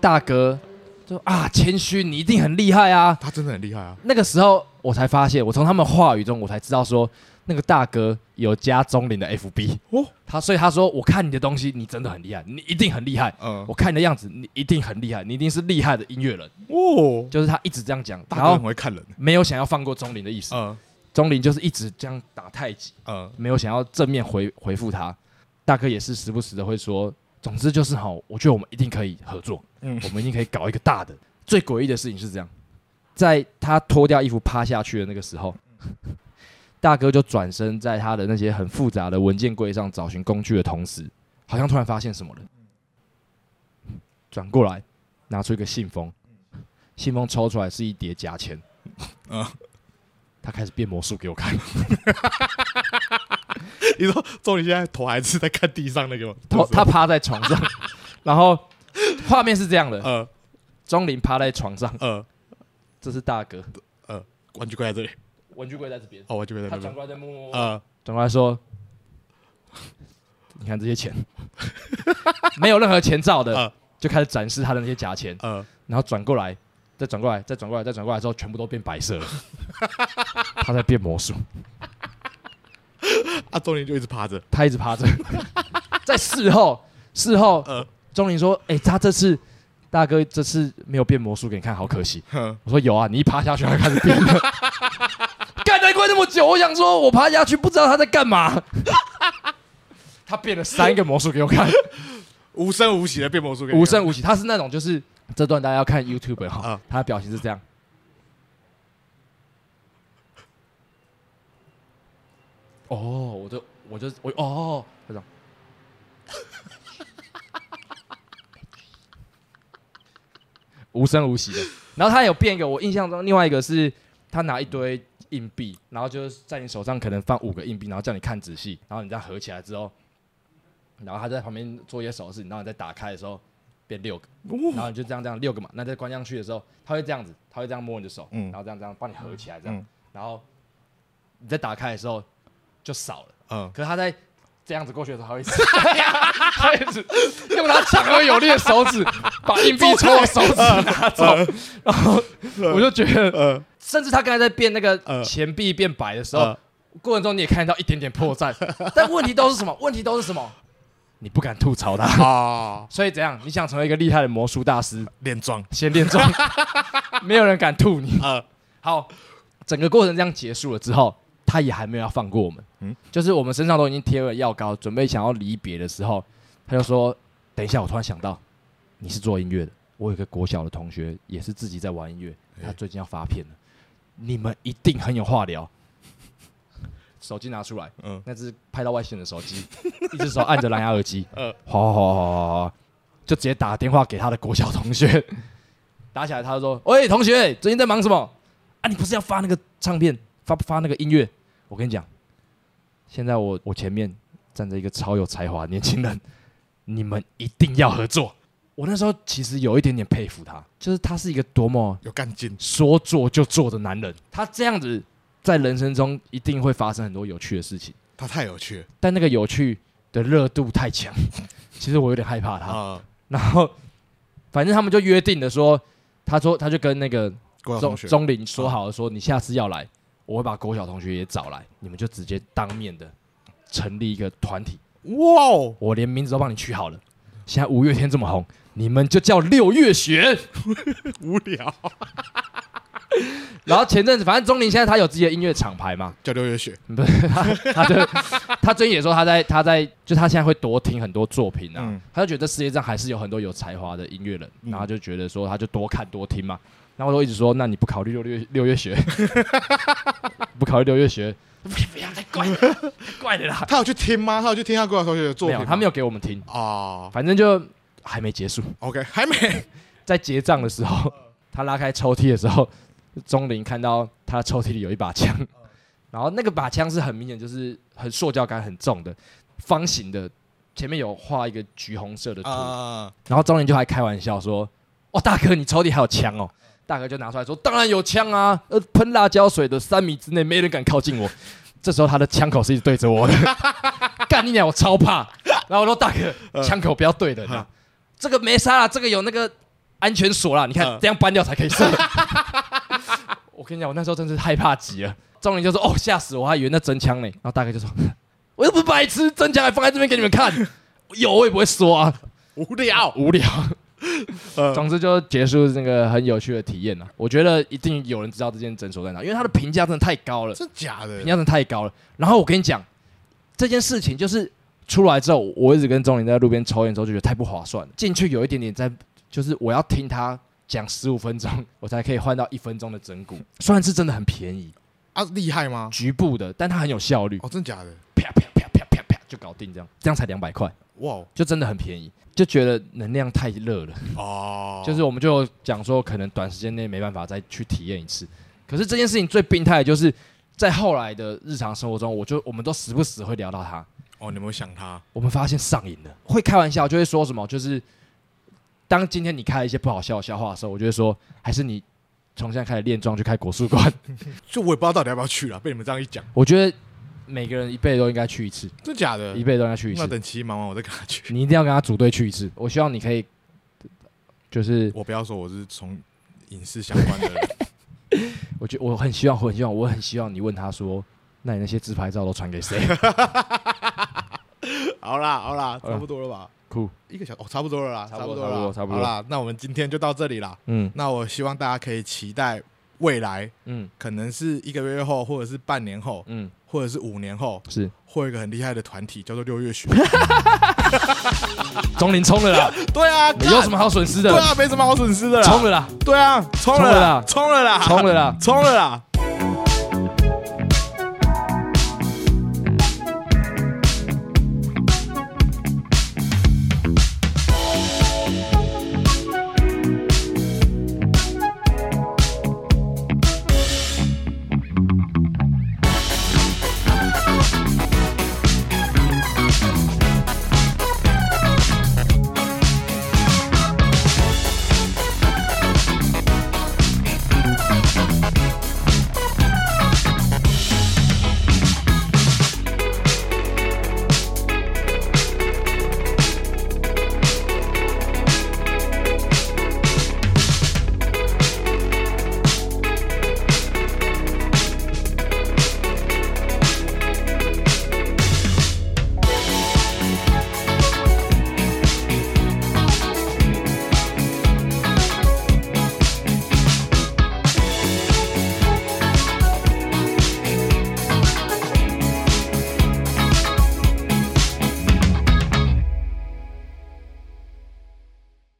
Speaker 1: 大哥就啊，谦虚，你一定很厉害啊，
Speaker 2: 他真的很厉害啊，
Speaker 1: 那个时候我才发现，我从他们话语中我才知道说，那个大哥有加钟林的 FB
Speaker 2: 哦
Speaker 1: 哦，他所以他说我看你的东西，你真的很厉害，你一定很厉害。
Speaker 2: 嗯，
Speaker 1: 我看你的样子，你一定很厉害，你一定是厉害的音乐人。
Speaker 2: 哦，
Speaker 1: 就是他一直这样讲，
Speaker 2: 大
Speaker 1: 然
Speaker 2: 哥
Speaker 1: 后
Speaker 2: 很会看人，
Speaker 1: 没有想要放过钟林的意思。
Speaker 2: 嗯
Speaker 1: 钟林就是一直这样打太极，
Speaker 2: 嗯，
Speaker 1: 没有想要正面回回复他。大哥也是时不时的会说，总之就是好，我觉得我们一定可以合作，
Speaker 2: 嗯
Speaker 1: 我们一定可以搞一个大的。最诡异的事情是这样，在他脱掉衣服趴下去的那个时候，
Speaker 2: 嗯
Speaker 1: 大哥就转身在他的那些很复杂的文件柜上找寻工具的同时，好像突然发现什么了，转过来拿出一个信封，信封抽出来是一叠夹钱，
Speaker 2: 嗯
Speaker 1: 他开始变魔术给我看。
Speaker 2: 你说周你现在头还是在看地上那个吗？
Speaker 1: 头他趴在床上， 然后画面是这样的：
Speaker 2: 呃
Speaker 1: 钟林趴在床上，
Speaker 2: 呃
Speaker 1: 这是大哥，
Speaker 2: 呃，玩具柜在这里，
Speaker 1: 文具柜在这边，
Speaker 2: 哦，玩具柜在
Speaker 1: 他
Speaker 2: 那
Speaker 1: 转
Speaker 2: 边，
Speaker 1: 过来在摸摸摸，
Speaker 2: 呃，
Speaker 1: 转过来说：“你看这些钱， 没有任何前兆的
Speaker 2: 呃，
Speaker 1: 就开始展示他的那些假钱，
Speaker 2: 呃，
Speaker 1: 然后转过来，再转过来，再转过来，再转过来之后，全部都变白 色了，他在变魔术，
Speaker 2: 啊，周林就一直趴着，
Speaker 1: 他一直趴 着，在事后，事后
Speaker 2: 呃，
Speaker 1: 钟林说：‘哎，他这次。’”大哥，这次没有变魔术给你看，好可惜。
Speaker 2: 哼，
Speaker 1: 我说有啊，你一趴下去，它开始变了。干难怪那么久，我想说，我趴下去不知道他在干嘛。 他变了三个魔术给我看，
Speaker 2: 无声无息的变魔术给你看，
Speaker 1: 无声无息。他是那种就是这段大家要看 YouTube 哈
Speaker 2: 啊，
Speaker 1: 他的表情是这样。哦，我就我就我哦，他这样。 无声无息的。然后他有变一个，我印象中另外一个是他拿一堆硬币，然后就是在你手上可能放五个硬币，然后叫你看仔细，然后你再合起来之后，然后他在旁边做一些手势，然后你再打开的时候变六个，然
Speaker 2: 哦，
Speaker 1: 后你就这样这样六个嘛，那再关上去的时候，他会这样子，他会这样摸你的手，
Speaker 2: 嗯
Speaker 1: 然后这样这样帮你合起来这样，
Speaker 2: 嗯
Speaker 1: 然后你再打开的时候就少了。
Speaker 2: 嗯，
Speaker 1: 可是他在这样子过去的时候，他会 一直他一直用他强而有力的手指把硬币从我手 指拿走，然后我就觉得，嗯
Speaker 2: 呃，
Speaker 1: 嗯甚至他刚才在变那个
Speaker 2: 呃
Speaker 1: 钱币变白的时候
Speaker 2: 呃，
Speaker 1: 过程中你也看到一点点破绽，但问题都是什么？问题都是什么？你不敢吐槽他，
Speaker 2: 啊，
Speaker 1: 所以怎样？你想成为一个厉害的魔术大师，
Speaker 2: 练壮，
Speaker 1: 先练 壮，没有人敢吐你。
Speaker 2: 呃，
Speaker 1: 好，整个过程这样结束了之后，他也还没有要放过我们。嗯
Speaker 2: 嗯，
Speaker 1: 就是我们身上都已经贴了药膏，准备想要离别的时候，他就说：“等一下，我突然想到，你是做音乐的，我有一个国小的同学也是自己在玩音乐，
Speaker 2: 哎
Speaker 1: 他最近要发片了，你们一定很有话聊。” 手机拿出来，
Speaker 2: 嗯
Speaker 1: 那只拍到外星人的手机， 一只手按着蓝牙耳机，
Speaker 2: 呃
Speaker 1: 哗哗哗哗哗哗，就直接打电话给他的国小同学，打起来，他就说：“喂，同学，最近在忙什么？啊，你不是要发那个唱片，发发那个音乐？我跟你讲，现在我我前面站着一个超有才华的年轻人，你们一定要合作。”我那时候其实有一点点佩服他，就是他是一个多么
Speaker 2: 有干劲，
Speaker 1: 说做就做的男人，他这样子在人生中一定会发生很多有趣的事情。
Speaker 2: 他太有趣了
Speaker 1: 但那个有趣的热度太 强，其实我有点害怕他。
Speaker 2: 啊！
Speaker 1: 然后反正他们就约定了说，他说他就跟那个
Speaker 2: 郭晓
Speaker 1: 钟
Speaker 2: 同学，嗯
Speaker 1: 钟林说好了说，你下次要来，我会把国小同学也找来，你们就直接当面的成立一个团体，
Speaker 2: 哇哦，
Speaker 1: 我连名字都帮你取好了。现在五月天这么红，你们就叫六月雪。
Speaker 2: 无聊，
Speaker 1: 然后前阵子，反正钟林现在他有自己的音乐厂牌嘛，
Speaker 2: 叫六月雪
Speaker 1: 不是他，他就他最近也说他在他在就他现在会多听很多作品啊，
Speaker 2: 嗯
Speaker 1: 他就觉得世界上还是有很多有才华的音乐人，
Speaker 2: 嗯
Speaker 1: 然后就觉得说他就多看多听嘛，然后我就一直说那你不考虑六月六月学， 不考虑六月学，不要再怪了，太怪了啦，
Speaker 2: 他有去听吗？他有去听他郭晓同学的作
Speaker 1: 没
Speaker 2: 品
Speaker 1: 有
Speaker 2: 吗？
Speaker 1: 他没有给我们听，
Speaker 2: 啊。
Speaker 1: 反正就还没结束，
Speaker 2: OK，还没
Speaker 1: 在结账的时候，
Speaker 2: 嗯
Speaker 1: 他拉开抽屉的时候，钟林看到他抽屉里有一把枪，
Speaker 2: 嗯
Speaker 1: 然后那个把枪是很明显就是很塑胶感很重的，方形的，前面有画一个橘红色的图，
Speaker 2: 啊，
Speaker 1: 然后钟林就还开玩笑说：“哦，大哥，你抽屉还有枪哦。”大哥就拿出来说：“当然有枪啊！呃，喷辣椒水的三米之内，没人敢靠近我。”这时候他的枪口是一直对着我的， 干你娘！我超怕。然后我说：“大哥，
Speaker 2: 嗯
Speaker 1: 枪口不要对人啊！这个没杀啦，这个有那个安全锁啦，你看
Speaker 2: 嗯
Speaker 1: 这样搬掉才可以 射。”我跟你讲，我那时候真是害怕极了。钟林就说：“哦，吓死我，我还以为那真枪呢。”然后大哥就说：“我又不是白痴，真枪还放在这边给你们看， 有我也不会说啊。”
Speaker 2: 无聊，
Speaker 1: 无聊。
Speaker 2: 呃
Speaker 1: 总之就结束那个很有趣的体验了。啊我觉得一定有人知道这间诊所在哪，因为它的评价真的太高了，
Speaker 2: 真假的
Speaker 1: 评？价真的太高了。然后我跟你讲，这件事情就是出来之后，我一直跟钟林在路边抽烟的时候就觉得太不划算了。进去有一点点在，就是我要听他讲十五分钟，我才可以换到一分钟的整骨。虽然是真的很便宜，
Speaker 2: 啊，厉害吗？
Speaker 1: 局部的，但它很有效率，
Speaker 2: 哦，真假的？
Speaker 1: 啪啪啪啪啪啪就搞定，这样这样才两百块，
Speaker 2: 哇哦
Speaker 1: 就真的很便宜，就觉得能量太热了。
Speaker 2: 哦，
Speaker 1: 就是我们就有讲说，可能短时间内没办法再去体验一次。可是这件事情最病态的就是在后来的日常生活中，我就我们都时不时会聊到他，
Speaker 2: 哦，你有没有想他？
Speaker 1: 我们发现上瘾了，会开玩笑，就会说什么，就是当今天你开一些不好笑的笑话的时候，我就会说，还是你从现在开始练壮去开国术馆。
Speaker 2: 就我也不知道到底要不要去了，被你们这样一讲，
Speaker 1: 我觉得每个人一辈子都应该去一次，
Speaker 2: 真假的
Speaker 1: 一？辈子都应该去一
Speaker 2: 那
Speaker 1: 次。
Speaker 2: 等期忙完我再跟他去。
Speaker 1: 你一定要跟他组队去一次。我希望你可以，就是
Speaker 2: 我不要说我是从影视相关的人，
Speaker 1: 我觉我很希望，我很希望，我很希望你问他说，那你那些自拍照都传给谁？
Speaker 2: 好啦好啦，差不多了吧？
Speaker 1: 酷，
Speaker 2: 一个小哦，差不多了啦，
Speaker 1: 差
Speaker 2: 差
Speaker 1: 不
Speaker 2: 不
Speaker 1: 多
Speaker 2: 多了啦，
Speaker 1: 差不多差不多
Speaker 2: 好啦，那我们今天就到这里啦。
Speaker 1: 嗯
Speaker 2: 那我希望大家可以期待未来，
Speaker 1: 嗯
Speaker 2: 可能是一个月后，或者是半年后，
Speaker 1: 嗯，
Speaker 2: 或者是五年后，
Speaker 1: 是
Speaker 2: 会有一个很厉害的团体叫做六月雪。
Speaker 1: 钟林冲了啦，
Speaker 2: 对啊，
Speaker 1: 你 有什么好损失的
Speaker 2: 对？啊，没什么好损失的啦。
Speaker 1: 冲了啦，
Speaker 2: 对啊，冲
Speaker 1: 冲了
Speaker 2: 了
Speaker 1: 啦
Speaker 2: 啦，冲了啦，
Speaker 1: 冲了啦，
Speaker 2: 冲了啦。